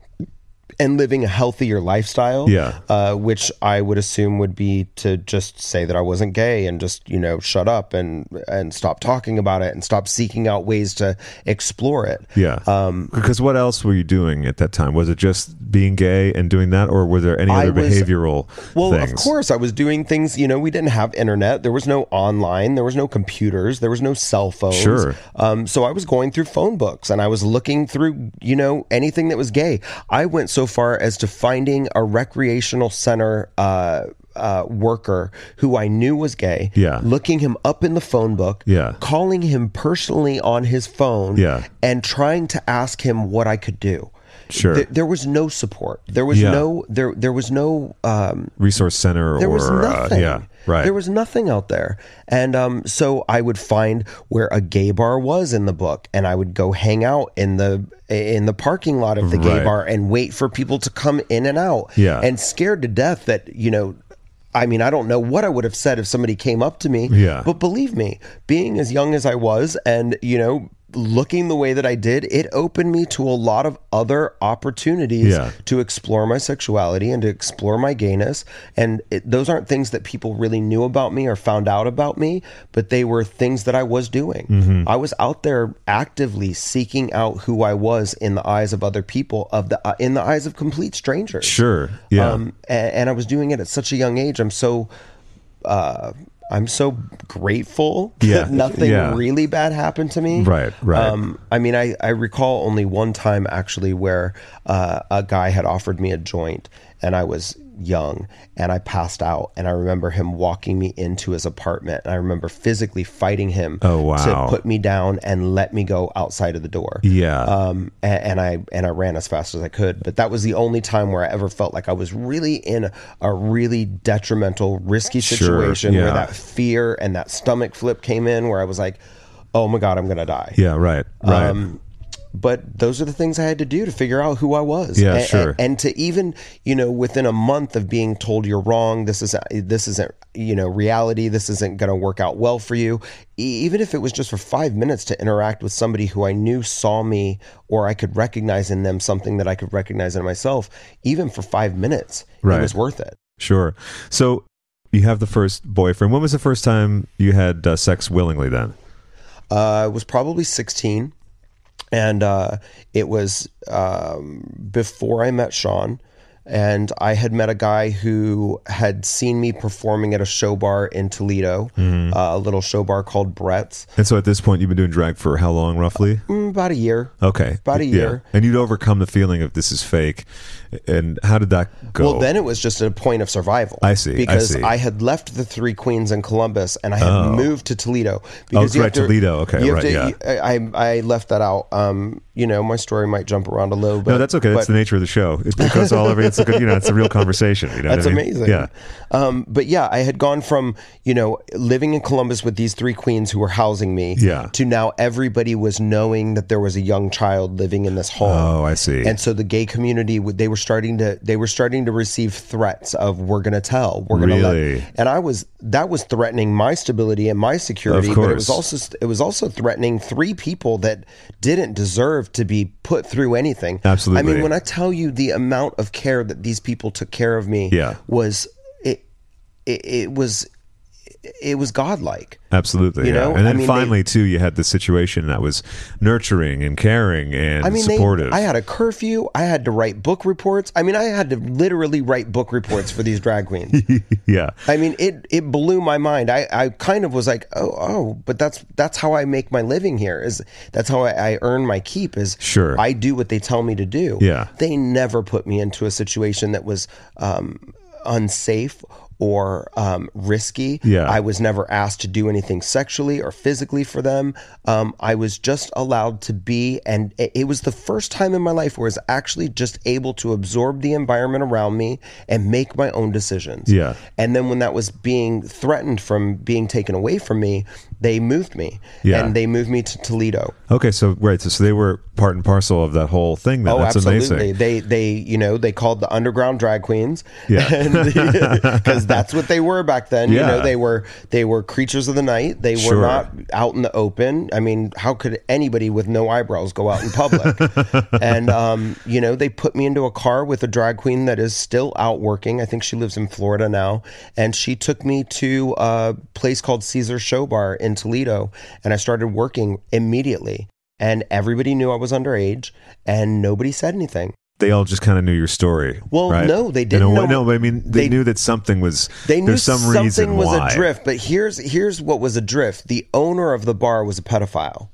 C: and living a healthier lifestyle,
A: Yeah.
C: uh, which I would assume would be to just say that I wasn't gay and just you know shut up and and stop talking about it and stop seeking out ways to explore it.
A: Yeah.
C: Um,
A: because what else were you doing at that time? Was it just being gay and doing that, or were there any
C: I
A: other
C: was-
A: behavioral
C: Well,
A: things?
C: of course, I was doing things. You know, we didn't have internet. There was no online. There was no computers. There was no cell phones.
A: Sure.
C: Um, so I was going through phone books and I was looking through, you know, anything that was gay. I went so far as to finding a recreational center. Uh, uh, worker who I knew was gay,
A: Yeah.
C: looking him up in the phone book,
A: Yeah.
C: calling him personally on his phone,
A: Yeah.
C: and trying to ask him what I could do.
A: Sure.
C: There, there was no support. There was
A: Yeah.
C: no there there was no um,
A: Resource center
C: there
A: or
C: was nothing.
A: Uh, yeah, right.
C: There was nothing out there, and um, so I would find where a gay bar was in the book, and I would go hang out in the in the parking lot of the gay
A: Right.
C: bar and wait for people to come in and out.
A: Yeah.
C: and scared to death that you know. I mean, I don't know what I would have said if somebody came up to me.
A: Yeah.
C: But believe me, being as young as I was and, you know, looking the way that I did, it opened me to a lot of other opportunities
A: Yeah.
C: to explore my sexuality and to explore my gayness. And it, those aren't things that people really knew about me or found out about me, but they were things that I was doing. I was out there actively seeking out who I was in the eyes of other people, of the uh, in the eyes of complete strangers.
A: sure. Yeah.
C: Um, a- and, I was doing it at such a young age. I'm so, uh, I'm so grateful
A: Yeah,
C: that nothing
A: yeah.
C: really bad happened to me. Um,
A: Right, right.
C: I mean, I, I recall only one time actually where uh, a guy had offered me a joint and I was young and I passed out. And I remember him walking me into his apartment. And I remember physically fighting him
A: Oh, wow.
C: to put me down and let me go outside of the door
A: yeah.
C: um, a- and, I and I ran as fast as I could. But that was the only time where I ever felt like I was really in a really detrimental, risky
A: Sure,
C: situation
A: yeah.
C: where that fear and that stomach flip came in, where I was like, "Oh my god, I'm gonna die."
A: yeah. Right. Right.
C: um, But those are the things I had to do to figure out who I was.
A: Yeah,
C: A- a-
A: sure.
C: and to even you know within a month of being told you're wrong, this is this isn't you know reality. This isn't going to work out well for you. E- even if it was just for five minutes to interact with somebody who I knew saw me or I could recognize in them something that I could recognize in myself, even for five minutes,
A: Right.
C: it was worth it.
A: sure. So you have the first boyfriend. When was the first time you had uh, sex willingly? Then.
C: Uh, I was probably 16, and uh, it was um, before I met Sean. And I had met a guy who had seen me performing at a show bar in Toledo,
A: Mm-hmm.
C: uh, a little show bar called Brett's,
A: And so at this point, you've been doing drag for how long, roughly?
C: Mm, about a year.
A: Okay.
C: About a
A: Yeah.
C: year.
A: And you'd overcome the feeling of this is fake. And how did that go?
C: Well, then it was just a point of survival.
A: I see, I
C: Because
A: see.
C: I, had left the Three Queens in Columbus and I had moved to Toledo. Because
A: right, Oh, Toledo. Okay,
C: you
A: right,
C: have to-
A: yeah.
C: you- I, I left that out. Um, you know, my story might jump around a little bit.
A: no, that's okay.
C: but-
A: That's the nature of the show. It goes all over. It's a good, you know, it's a real conversation. You know what
C: That's
A: I mean?
C: amazing.
A: Yeah.
C: Um, but yeah, I had gone from, you know, living in Columbus with these three queens who were housing me
A: Yeah.
C: to now everybody was knowing that there was a young child living in this home.
A: Oh, I see.
C: And so the gay community, would- they were starting to, they were starting to receive threats of, we're going to tell, we're going to
A: Really?
C: let. And I was, that was threatening my stability and my security,
A: Of
C: but it
A: course.
C: was also, it was also threatening three people that didn't deserve to be put through anything. I
A: Absolutely.
C: mean, when I tell you the amount of care that these people took care of me
A: Yeah.
C: was it, it it was it was godlike
A: Absolutely.
C: You
A: yeah.
C: know,
A: and
C: I
A: then
C: mean, they-
A: finally, too, you had the situation that was nurturing and caring and
C: i mean they,
A: supportive.
C: i had a curfew i had to write book reports i mean i had to literally write book reports for these drag queens
A: yeah.
C: i mean it it blew my mind i i kind of was like oh oh but that's that's how i make my living here is that's how i, I earn my keep is
A: Sure.
C: i do what they tell me to do
A: Yeah.
C: they never put me into a situation that was um unsafe or um, risky.
A: Yeah.
C: I was never asked to do anything sexually or physically for them. Um, I was just allowed to be, and it, it was the first time in my life where I was actually just able to absorb the environment around me and make my own decisions.
A: Yeah.
C: And then when that was being threatened from being taken away from me, they moved me.
A: Yeah.
C: And they moved me to Toledo.
A: Okay, so right, so, so they were part and parcel of that whole thing. Then
C: Oh,
A: that's
C: absolutely.
A: amazing.
C: They they you know they called the underground drag queens.
A: Yeah.
C: because that's what they were back then. You
A: Yeah.
C: know they were they were creatures of the night. They were
A: Sure.
C: not out in the open. I mean, how could anybody with no eyebrows go out in public? and um, you know they put me into a car with a drag queen that is still out working. I think she lives in Florida now, and she took me to a place called Caesar Show Bar in Toledo, and I started working immediately and everybody knew I was underage, and nobody said anything.
A: They all just kind of knew your story.
C: Well,
A: right?
C: no, they
A: In a
C: didn't
A: way-
C: know-
A: no, but I mean, they,
C: they-
A: knew that something was.
C: They knew
A: there's some
C: something
A: reason
C: was
A: why.
C: adrift, but here's here's what was adrift. The owner of the bar was a pedophile,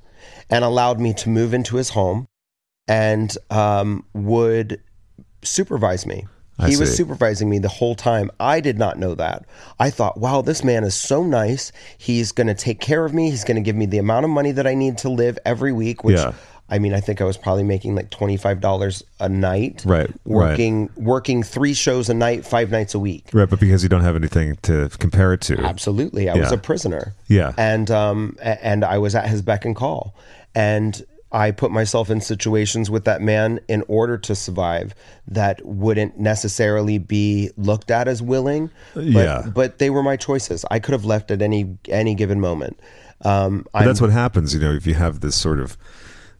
C: and allowed me to move into his home, and um, would supervise me.
A: I
C: he was
A: see.
C: supervising me the whole time. I did not know that. I thought, wow, this man is so nice. He's going to take care of me. He's going to give me the amount of money that I need to live every week. Which,
A: Yeah.
C: I mean, I think I was probably making like twenty five dollars a night,
A: Right, right.
C: Working working three shows a night, five nights a week.
A: Right, but because you don't have anything to compare it to.
C: Absolutely, I was
A: Yeah.
C: a prisoner.
A: Yeah.
C: and um, a- and I was at his beck and call, and I put myself in situations with that man in order to survive that wouldn't necessarily be looked at as willing. But,
A: Yeah.
C: but they were my choices. I could have left at any any given moment. Um,
A: But
C: I'm,
A: that's what happens, you know, if you have this sort of,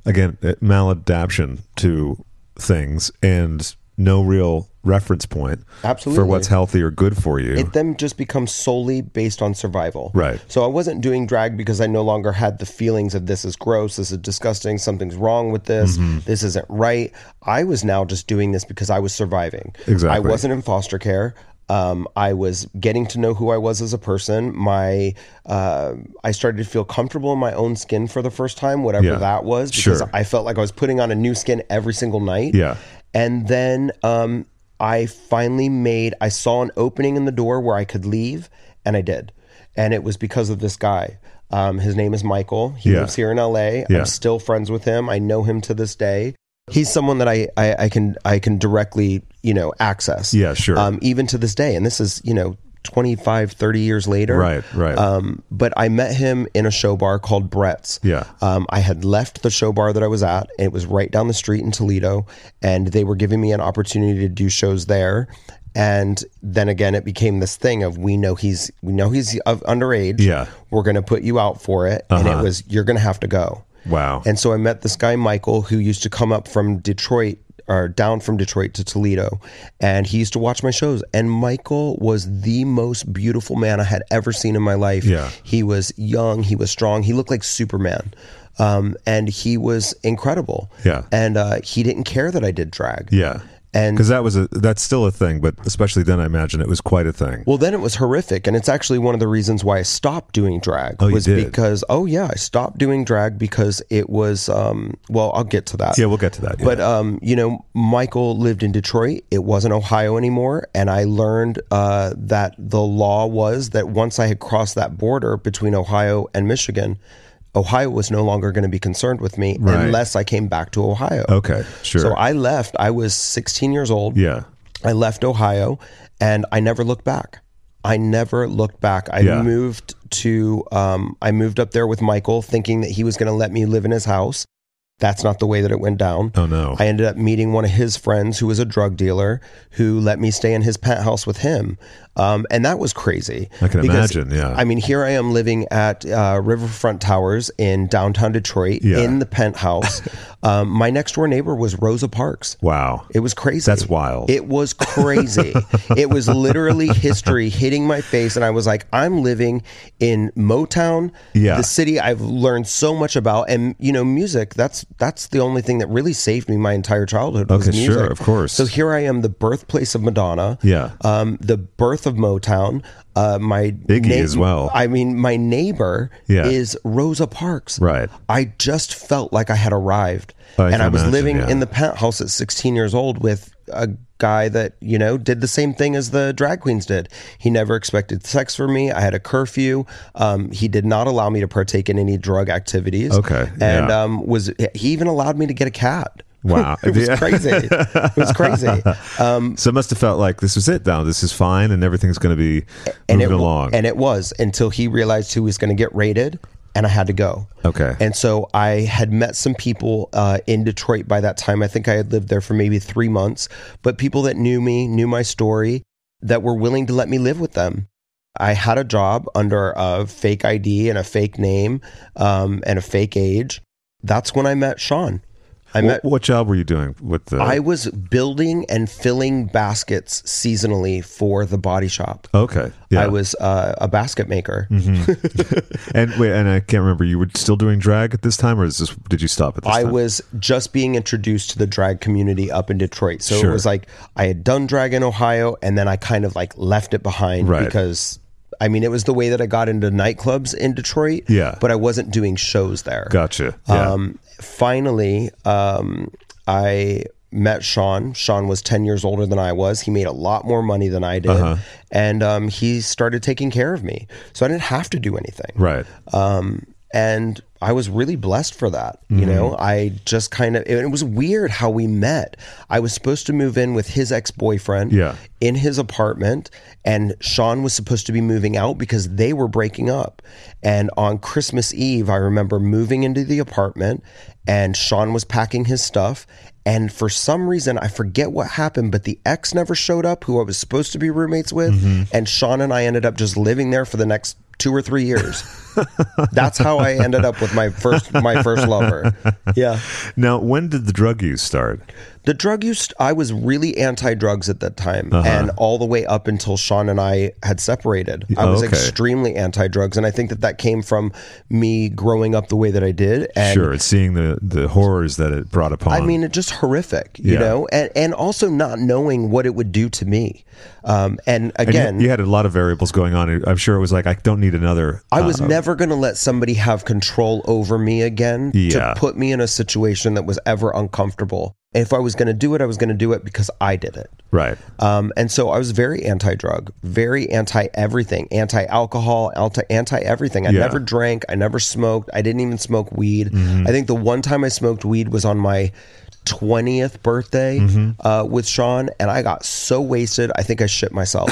A: again, uh, maladaption to things and no real reference point for
C: Absolutely.
A: what's healthy or good for you.
C: it then just becomes solely based on survival.
A: Right.
C: So I wasn't doing drag because I no longer had the feelings of this is gross, this is disgusting, something's wrong with this,
A: Mm-hmm.
C: this isn't right. I was now just doing this because I was surviving.
A: Exactly.
C: I wasn't in foster care. Um, I was getting to know who I was as a person. My uh, I started to feel comfortable in my own skin for the first time, whatever
A: Yeah.
C: that was, because
A: Sure.
C: I felt like I was putting on a new skin every single night.
A: Yeah.
C: And then um, I finally made, I saw an opening in the door where I could leave, and I did. And it was because of this guy. Um, his name is Michael. He
A: Yeah.
C: lives here in LA.
A: Yeah.
C: I'm still friends with him. I know him to this day. He's someone that I, I, I can I can directly, you know, access.
A: Yeah, sure.
C: Um, even to this day. And this is, you know, 25, 30 years later.
A: Right, right.
C: Um, but I met him in a show bar called Brett's.
A: Yeah.
C: Um, I had left the show bar that I was at. It was right down the street in Toledo, and they were giving me an opportunity to do shows there. And then again, it became this thing of we know he's we know he's of underage.
A: Yeah. Uh-huh.
C: we're going to put you out for it, and it was you're going to have to go.
A: wow.
C: And so I met this guy, Michael, who used to come up from Detroit or down from Detroit to Toledo. And he used to watch my shows. And Michael was the most beautiful man I had ever seen in my life.
A: Yeah.
C: He was young, he was strong, he looked like Superman. Um, and he was incredible.
A: Yeah.
C: And uh, he didn't care that I did drag.
A: yeah.
C: And
A: Because that was a that's still a thing, but especially then, I imagine it was quite a thing.
C: Well, then it was horrific, and it's actually one of the reasons why I stopped doing drag.
A: Oh, you
C: was
A: did?
C: because oh yeah, I stopped doing drag because it was um, well, I'll get to that.
A: Yeah, we'll get to that, yeah.
C: But um, you know, Michael lived in Detroit. It wasn't Ohio anymore, and I learned uh, that the law was that once I had crossed that border between Ohio and Michigan. Ohio was no longer going to be concerned with me
A: Right.
C: unless I came back to Ohio.
A: okay, sure.
C: uh, So I left. I was 16 years old.
A: yeah,
C: I left Ohio and I never looked back. I never looked back. I
A: Yeah.
C: moved to, um, I moved up there with Michael thinking that he was going to let me live in his house. That's not the way that it went down.
A: Oh, no.
C: I ended up meeting one of his friends who was a drug dealer who let me stay in his penthouse with him. Um, and that was crazy.
A: I can imagine, yeah.
C: I mean, here I am living at uh, Riverfront Towers in downtown Detroit
A: Yeah.
C: in the penthouse. um, my next door neighbor was Rosa Parks.
A: wow.
C: It was crazy.
A: That's wild.
C: It was crazy. it was literally history hitting my face. And I was like, I'm living in Motown,
A: Yeah.
C: the city I've learned so much about. And, you know, music, that's that's the only thing that really saved me my entire childhood. was
A: Okay, sure,
C: music.
A: of course.
C: So here I am, the birthplace of Madonna.
A: Yeah.
C: Um, the birth of Motown. Uh, my
A: Iggy as well.
C: I mean, my neighbor
A: Yeah.
C: is Rosa Parks.
A: Right.
C: I just felt like I had arrived.
A: Oh, I
C: and
A: can
C: I was
A: imagine,
C: living
A: yeah.
C: in the penthouse at 16 years old with a guy that you know did the same thing as the drag queens did. He never expected sex from me. I had a curfew. Um, he did not allow me to partake in any drug activities.
A: Okay,
C: and
A: yeah.
C: um, was he even allowed me to get a cat?
A: Wow.
C: it was
A: Yeah.
C: crazy. It was crazy. Um,
A: So it must have felt like this was it now. This is fine, and everything's going to be
C: and
A: moving
C: it
A: along.
C: and it was until he realized who was going to get raided, and I had to go.
A: okay.
C: And so I had met some people uh, in Detroit by that time. I think I had lived there for maybe three months, but people that knew me, knew my story, that were willing to let me live with them. I had a job under a fake ID and a fake name um, and a fake age. That's when I met Sean. I
A: Wh-
C: met.
A: what, job were you doing with the?
C: I was building and filling baskets seasonally for the body shop.
A: okay. Yeah. Mm-hmm.
C: I was uh, a basket maker.
A: And wait, and I can't remember. You were still doing drag at this time, or is this? Did you stop at this?
C: I
A: time?
C: was just being introduced to the drag community up in Detroit. So
A: Sure.
C: it was like I had done drag in Ohio and then I kind of like left it behind
A: Right.
C: because I mean it was the way that I got into nightclubs in Detroit.
A: Yeah.
C: But I wasn't doing shows there.
A: Gotcha. Yeah.
C: Um finally, um I met Sean. Sean was 10 years older than I was. He made a lot more money than I did.
A: Uh-huh.
C: And um, he started taking care of me. So I didn't have to do anything
A: right.
C: um, and I was really blessed for that. You know, I just kind of it, it was weird how we met. I was supposed to move in with his ex boyfriend,
A: Yeah.
C: in his apartment, and Sean was supposed to be moving out because they were breaking up. And on Christmas Eve, I remember moving into the apartment, and Sean was packing his stuff. And for some reason, I forget what happened, but the ex never showed up, who I was supposed to be roommates with. And Sean and I ended up just living there for the next two or three years. That's how I ended up with my first my first lover. Yeah.
A: now, when did the drug use start?
C: The drug use I was really anti-drugs at that time
A: Uh-huh.
C: and all the way up until Sean and I had separated. I
A: Oh,
C: was
A: okay.
C: extremely anti-drugs and I think that that came from me growing up the way that I did and
A: sure, it's seeing the the horrors that it brought upon.
C: I mean, it's just horrific, you
A: Yeah.
C: know, and, and also not knowing what it would do to me. Um, and
A: And you-
C: again,
A: you, had a lot of variables going on. I'm sure it was like I don't need another. uh,
C: I was never going to let somebody have control over me again
A: Yeah.
C: to put me in a situation that was ever uncomfortable. If I was going to do it, I was going to do it because I did it.
A: right.
C: Um, and so I was very anti drug, very anti everything, anti alcohol, anti everything. I
A: Yeah.
C: never drank, I never smoked, I didn't even smoke weed.
A: Mm-hmm.
C: I think the one time I smoked weed was on my 20th birthday
A: Mm-hmm.
C: uh, with Sean, and I got so wasted, I think I shit myself.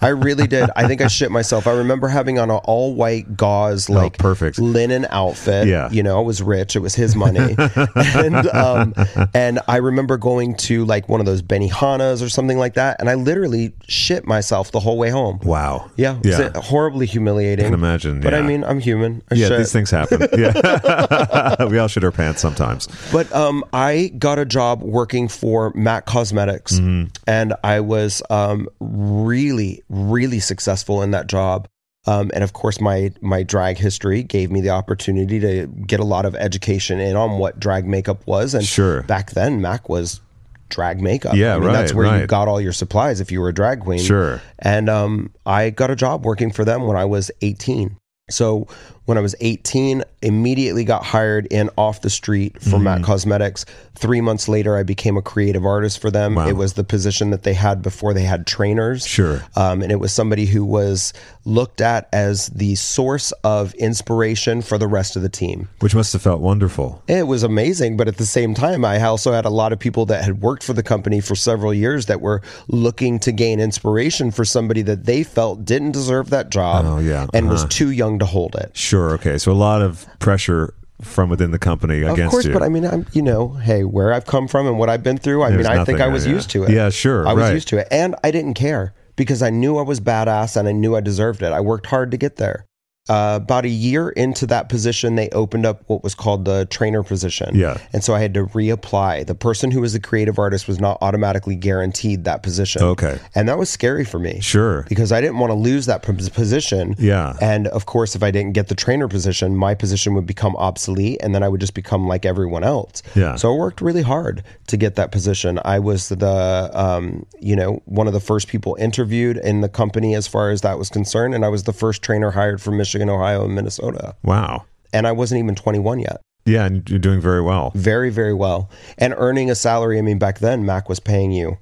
C: I really did. I think I shit myself. I remember having on an all white gauze, like
A: Oh, perfect.
C: linen outfit.
A: Yeah.
C: You know, I was rich. It was his money. and um, and I remember going to like one of those Benihanas or something like that, and I literally shit myself the whole way home.
A: Wow.
C: Yeah. It was
A: Yeah.
C: horribly humiliating.
A: I can imagine.
C: But I
A: yeah.
C: mean, I'm human. I
A: yeah,
C: shit.
A: these things happen. Yeah. we all shit our pants sometimes.
C: But um, I got a job working for Mac Cosmetics,
A: Mm-hmm.
C: and I was um, really, really successful in that job. Um, and of course, my my drag history gave me the opportunity to get a lot of education in on what drag makeup was. And
A: Sure.
C: back then, Mac was drag makeup.
A: Yeah,
C: I mean, That's
A: right,
C: where you
A: right.
C: got all your supplies if you were a drag queen.
A: Sure.
C: And um, I got a job working for them when I was 18. So when I was 18, immediately got hired in off the street
A: Mm-hmm.
C: for Matt Cosmetics. Three months later, I became a creative artist for them.
A: Wow.
C: It was the position that they had before they had trainers.
A: Sure.
C: Um, and it was somebody who was looked at as the source of inspiration for the rest of the team.
A: Which must have felt wonderful.
C: It was amazing, but at the same time, I also had a lot of people that had worked for the company for several years that were looking to gain inspiration for somebody that they felt didn't deserve that job
A: Oh, yeah.
C: and was
A: Uh-huh.
C: too young to hold it.
A: Sure. Okay. So a lot of pressure from within the company
C: of
A: against
C: course,
A: you.
C: but I mean, I'm you know, hey, where I've come from and what I've been through, I
A: There's
C: mean, I think
A: nothing,
C: I was
A: yeah.
C: used to it.
A: Yeah, sure,
C: I was
A: right.
C: used to it, and I didn't care because I knew I was badass and I knew I deserved it. I worked hard to get there. Uh, about a year into that position, they opened up what was called the trainer position.
A: Yeah.
C: And so I had to reapply. The person who was the creative artist was not automatically guaranteed that position.
A: Okay.
C: And that was scary for me.
A: Sure.
C: Because I didn't want to lose that pos- position.
A: Yeah.
C: And of course, if I didn't get the trainer position, my position would become obsolete and then I would just become like everyone else.
A: Yeah.
C: So I worked really hard to get that position. I was the, um, you know, one of the first people interviewed in the company as far as that was concerned. And I was the first trainer hired from Michigan, Ohio, and Minnesota.
A: Wow.
C: And I wasn't even 21 yet.
A: Yeah, and you're doing very well.
C: very, very well, and earning a salary. I mean, back then Mac was paying you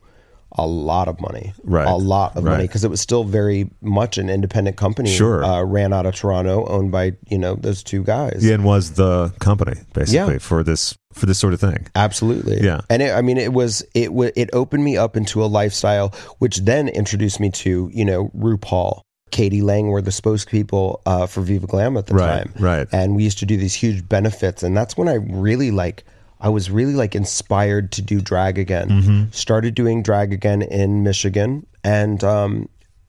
C: a lot of money,
A: Right.
C: A lot of money
A: Right.
C: because it was still very much an independent company.
A: Sure.
C: uh, ran out of Toronto, owned by you know those two guys.
A: Ian was the company basically
C: Yeah.
A: for this for this sort of thing.
C: Absolutely.
A: Yeah.
C: And it, I mean, it was it wa it opened me up into a lifestyle, which then introduced me to you know RuPaul, Katie Lang were the spokespeople uh, for Viva Glam at the
A: Right,
C: time,
A: right.
C: And we used to do these huge benefits, and that's when I really like I was really like inspired to do drag again.
A: Mm-hmm.
C: Started doing drag again in Michigan, and um,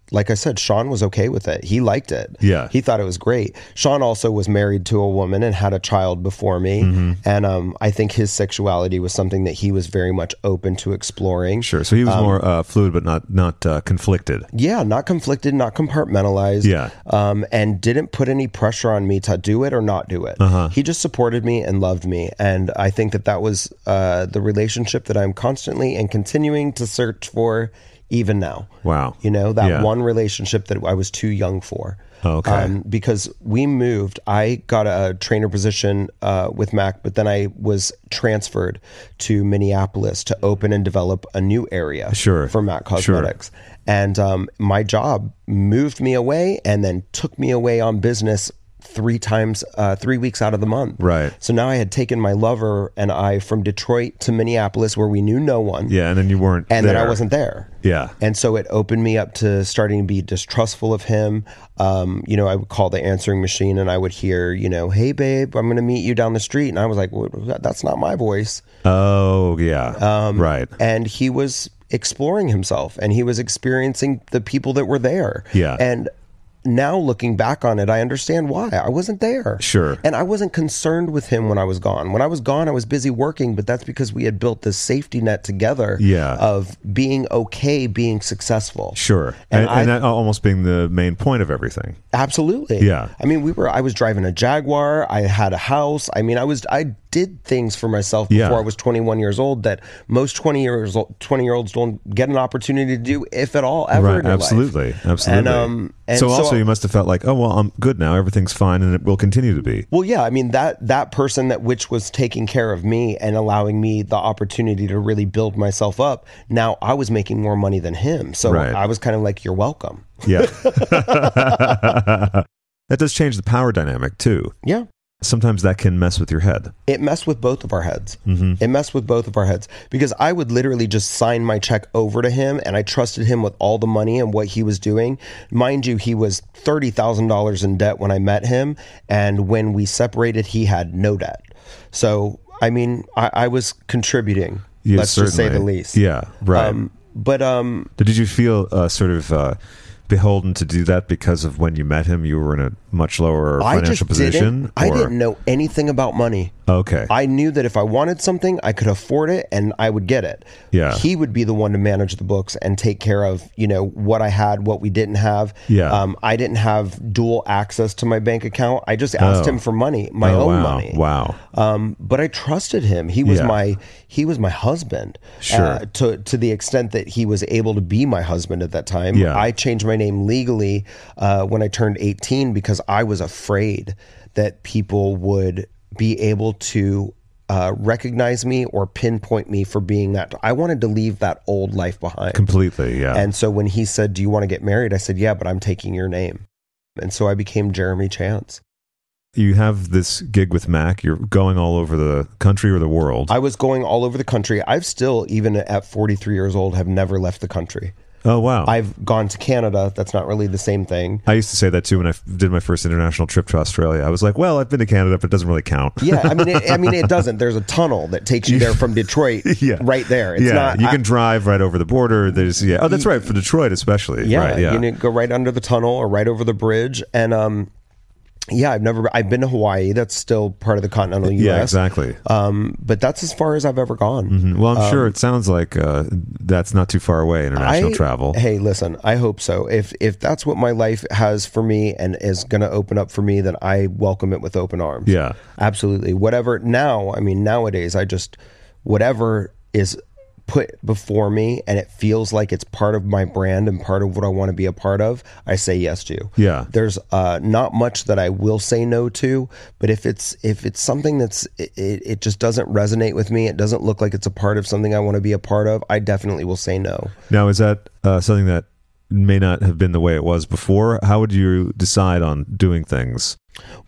C: like I said, Sean was okay with it. He liked it.
A: Yeah.
C: He thought it was great. Sean also was married to a woman and had a child before me. And um, I think his sexuality was something that he was very much open to exploring.
A: Sure. So he
C: Um,
A: was more uh, fluid, but not not uh, conflicted.
C: Yeah, not conflicted, not compartmentalized.
A: Yeah.
C: Um, and didn't put any pressure on me to do it or not do it. He just supported me and loved me. And I think that that was uh, the relationship that I'm constantly and continuing to search for even now.
A: Wow.
C: You know, that
A: Yeah. Oh,
C: one relationship that I was too young for. Um,
A: Okay.
C: because we moved, I got a trainer position uh, with Mac, but then I was transferred to Minneapolis to open and develop a new area
A: Sure.
C: for Mac
A: Sure.
C: Cosmetics. And um, my job moved me away and then took me away on business three times, uh, three weeks out of the month.
A: Right.
C: So now I had taken my lover and I from Detroit to Minneapolis where we knew no one.
A: Yeah, and then you weren't.
C: And
A: there.
C: then I wasn't there.
A: Yeah.
C: And so it opened me up to starting to be distrustful of him. Um, you know, I would call the answering machine and I would hear, you know, hey, babe, I'm going to meet you down the street. And I was like, well, that's not my voice.
A: Oh yeah. Um, right.
C: And he was exploring himself and he was experiencing the people that were there.
A: Yeah.
C: And now looking back on it, I understand why. I wasn't there.
A: Sure.
C: And I wasn't concerned with him when I was gone. When I was gone, I was busy working, but that's because we had built this safety net together
A: Yeah.
C: of being okay, being successful.
A: Sure. And,
C: And
A: and,
C: I-
A: that almost being the main point of everything.
C: Absolutely.
A: Yeah.
C: I mean, we were. I was driving a Jaguar. I had a house. I mean, I was. I did things for myself before
A: Yeah.
C: I was 21 years old that most 20 years old 20 year olds don't get an opportunity to do, if at all, ever. in
A: Right.
C: their life.
A: Absolutely. Absolutely.
C: And, um, and
A: so,
C: so-
A: also, you must have felt like, oh well, I'm good now. Everything's fine, and it will continue to be.
C: Well, yeah. I mean that that person that which was taking care of me and allowing me the opportunity to really build myself up. Now I was making more money than him, so
A: Right.
C: I was kind of like, "You're welcome."
A: Yeah. that does change the power dynamic too.
C: Yeah.
A: Sometimes that can mess with your head.
C: it messed with both of our heads.
A: Mm-hmm.
C: It messed with both of our heads because I would literally just sign my check over to him and I trusted him with all the money and what he was doing. Mind you, he was $30,000 in debt when I met him. And when we separated, he had no debt. So, I mean, I, I was contributing,
A: Yeah,
C: let's just say the
A: certainly.
C: least.
A: Yeah. Right.
C: Um, but um,
A: Did you feel uh, sort of uh, beholden to do that because of when you met him, you were in a much lower
C: I
A: financial
C: just
A: position?
C: didn't. I
A: or-
C: didn't know anything about money.
A: Okay.
C: I knew that if I wanted something, I could afford it and I would get it.
A: Yeah.
C: He would be the one to manage the books and take care of, you know, what I had, what we didn't have.
A: Yeah.
C: Um, I didn't have dual access to my bank account. I just asked
A: Oh.
C: him for money, my
A: Oh,
C: own
A: wow.
C: money.
A: Wow.
C: Um, but I trusted him. He was
A: Yeah.
C: my he was my husband. Uh,
A: Sure.
C: to to the extent that he was able to be my husband at that time.
A: Yeah.
C: I changed my name legally uh, when I turned eighteen because I was afraid that people would be able to. Uh, recognize me or pinpoint me for being that. I wanted to leave that old life behind.
A: Completely. Yeah.
C: And so when he said, Do you want to get married? I said, Yeah, but I'm taking your name. And so I became Jeremy Chance.
A: you have this gig with Mac. You're going all over the country or the world.
C: I was going all over the country. I've still, even at 43 years old, have never left the country.
A: oh wow.
C: I've gone to Canada. That's not really the same thing.
A: I used to say that too when I f- did my first international trip to Australia. I was like, well, I've been to Canada, but it doesn't really count.
C: Yeah, I mean, it, I mean, it doesn't. There's a tunnel that takes you there from Detroit,
A: Yeah.
C: right there. It's
A: yeah,
C: not.
A: you
C: I-
A: can drive right over the border. There's yeah. Oh, that's right for Detroit especially.
C: yeah,
A: right, yeah.
C: you need to go right under the tunnel or right over the bridge. And um, yeah, I've never. I've been to Hawaii. That's still part of the continental U.S.
A: yeah, Mm-hmm. exactly. Mm,
C: Um, but that's as far as I've ever gone.
A: well,
C: um,
A: I'm sure it sounds like uh, that's not too far away international
C: I-
A: travel.
C: Hey, listen, I hope so. If if that's what my life has for me and is going to open up for me, then I welcome it with open arms.
A: Yeah.
C: absolutely. Whatever. Now, I mean, nowadays, I just whatever is put before me and it feels like it's part of my brand and part of what I want to be a part of, I say yes to.
A: Yeah.
C: There's uh, not much that I will say no to, but if it's if it's something that's it, it it just doesn't resonate with me, it doesn't look like it's a part of something I want to be a part of, I definitely will say no.
A: Now, is that uh, something that may not have been the way it was before? How would you decide on doing things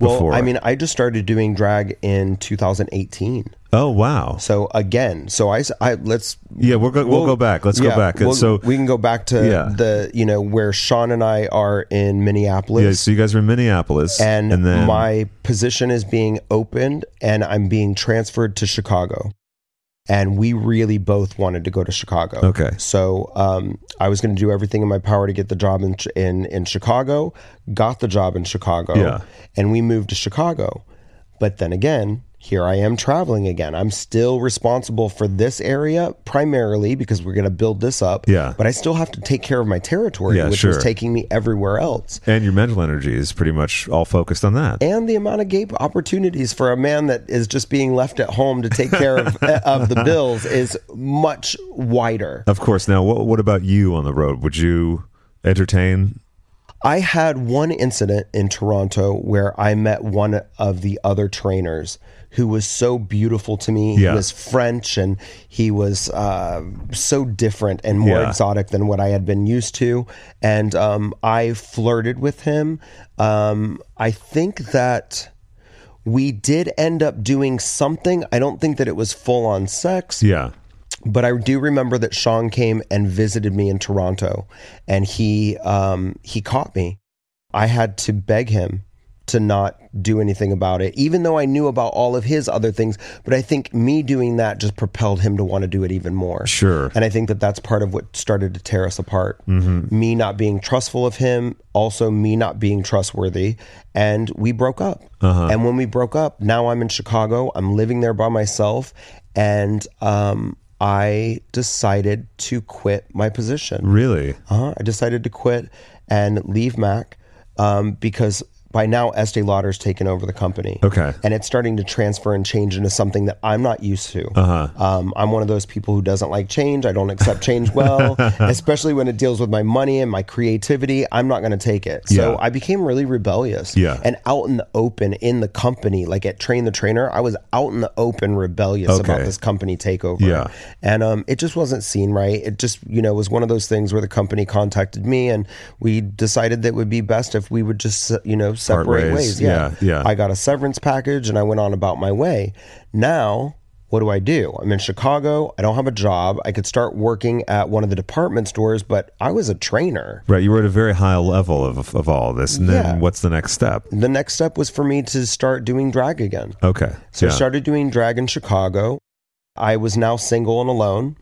C: Well,
A: before?
C: I mean, I just started doing drag in 2018.
A: oh wow,
C: So again, so I, s- I- let's
A: yeah, we'll go, we'll, go back. Let's
C: yeah,
A: go back.
C: we'll-
A: so
C: we can go back to
A: Yeah.
C: the you know where Sean and I are in Minneapolis.
A: yeah, so you guys were in Minneapolis,
C: and,
A: then
C: my position is being opened and I'm being transferred to Chicago. And we really both wanted to go to Chicago.
A: Okay.
C: So um, I was going to do everything in my power to get the job in, in, in Chicago, got the job in Chicago,
A: Yeah.
C: and we moved to Chicago. But then again, here I am traveling again. I'm still responsible for this area primarily because we're going to build this up.
A: Yeah.
C: But I still have to take care of my territory,
A: Yeah,
C: which
A: sure.
C: was taking me everywhere else
A: and your mental energy is pretty much all focused on that.
C: and the amount of gay opportunities for a man that is just being left at home to take care of, of the bills is much wider.
A: Of course. Now, what what about you on the road? Would you entertain?
C: I had one incident in Toronto where I met one of the other trainers who was so beautiful to me.
A: Yeah.
C: He was French and he was uh, so different and more
A: Yeah.
C: exotic than what I had been used to. And um, I flirted with him. Um, I think that. We did end up doing something. I don't think that it was full on sex,
A: Yeah.
C: but I do remember that Sean came and visited me in Toronto, and he um, he caught me. I had to beg him to not do anything about it, even though I knew about all of his other things. But I think me doing that just propelled him to want to do it even more.
A: Sure.
C: And I think that that's part of what started to tear us apart. Mm-hmm. Me not being trustful of him, also me not being trustworthy. And we broke up. And when we broke up, now I'm in Chicago. I'm living there by myself. And um, I decided to quit my position.
A: Really?
C: Uh-huh. I decided to quit and leave Mac um, because by now Estee Lauder's taken over the company.
A: Okay.
C: And it's starting to transfer and change into something that I'm not used to.
A: Uh-huh.
C: Um, I'm one of those people who doesn't like change. I don't accept change well, especially when it deals with my money and my creativity. I'm not going to take it. So
A: Yeah.
C: I became really rebellious.
A: Yeah.
C: And out in the open in the company, like at Train the Trainer, I was out in the open rebellious about
A: Okay.
C: this company takeover.
A: Yeah.
C: And um, it just wasn't seen right. It just, you know, was one of those things where the company contacted me and we decided that it would be best if we would just, you know, separate
A: ways.
C: ways.
A: Yeah, yeah.
C: I got a severance package and I went on about my way. Now, what do I do? I'm in Chicago. I don't have a job. I could start working at one of the department stores, but I was a trainer.
A: Right. You were at a very high level of of all this, and then
C: Yeah.
A: what's the next step?
C: The next step was for me to start doing drag again.
A: Okay.
C: So I
A: Yeah.
C: started doing drag in Chicago. I was now single and alone.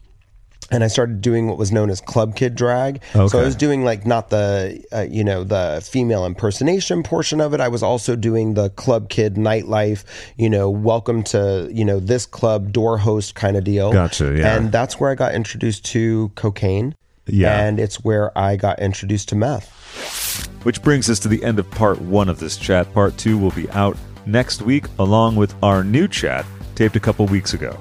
C: And I started doing what was known as club kid drag. So
A: Okay.
C: I was doing like not the uh, you know the female impersonation portion of it. I was also doing the club kid nightlife, you know, welcome to you know this club door host kind of deal.
A: Gotcha, yeah.
C: And that's where I got introduced to cocaine.
A: Yeah.
C: And it's where I got introduced to meth.
A: Which brings us to the end of part one of this chat. Part two will be out next week, along with our new chat taped a couple weeks ago.